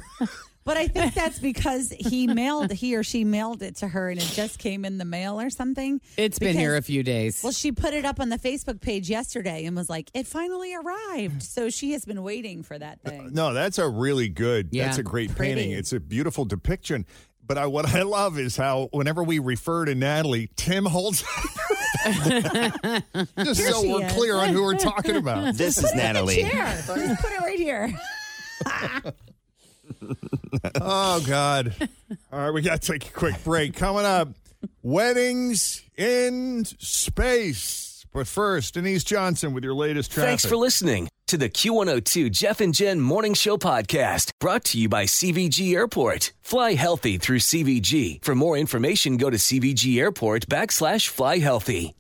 Speaker 3: But I think that's because he mailed he or she mailed it to her and it just came in the mail or something.
Speaker 4: It's been here a
Speaker 3: Because-
Speaker 4: few days.
Speaker 3: Well, she put it up on the Facebook page yesterday and was like, "It finally arrived." So she has been waiting for that thing.
Speaker 2: No, that's a really good.
Speaker 4: Yeah.
Speaker 2: That's a great
Speaker 3: Pretty.
Speaker 2: painting. It's a beautiful depiction. But I, what I love is how whenever we refer to Natalie, Tim holds just
Speaker 3: Here
Speaker 2: so
Speaker 3: she
Speaker 2: we're
Speaker 3: is.
Speaker 2: clear on who we're talking about.
Speaker 5: This is Uh, Natalie.
Speaker 3: Here, just put it right here.
Speaker 2: Oh God! All right, we got to take a quick break. Coming up, weddings in space. But first, Denise Johnson with your latest traffic.
Speaker 1: Thanks for listening to the Q102 Jeff and Jen Morning Show podcast brought to you by CVG Airport. Fly healthy through CVG. For more information, go to CVG Airport backslash fly healthy.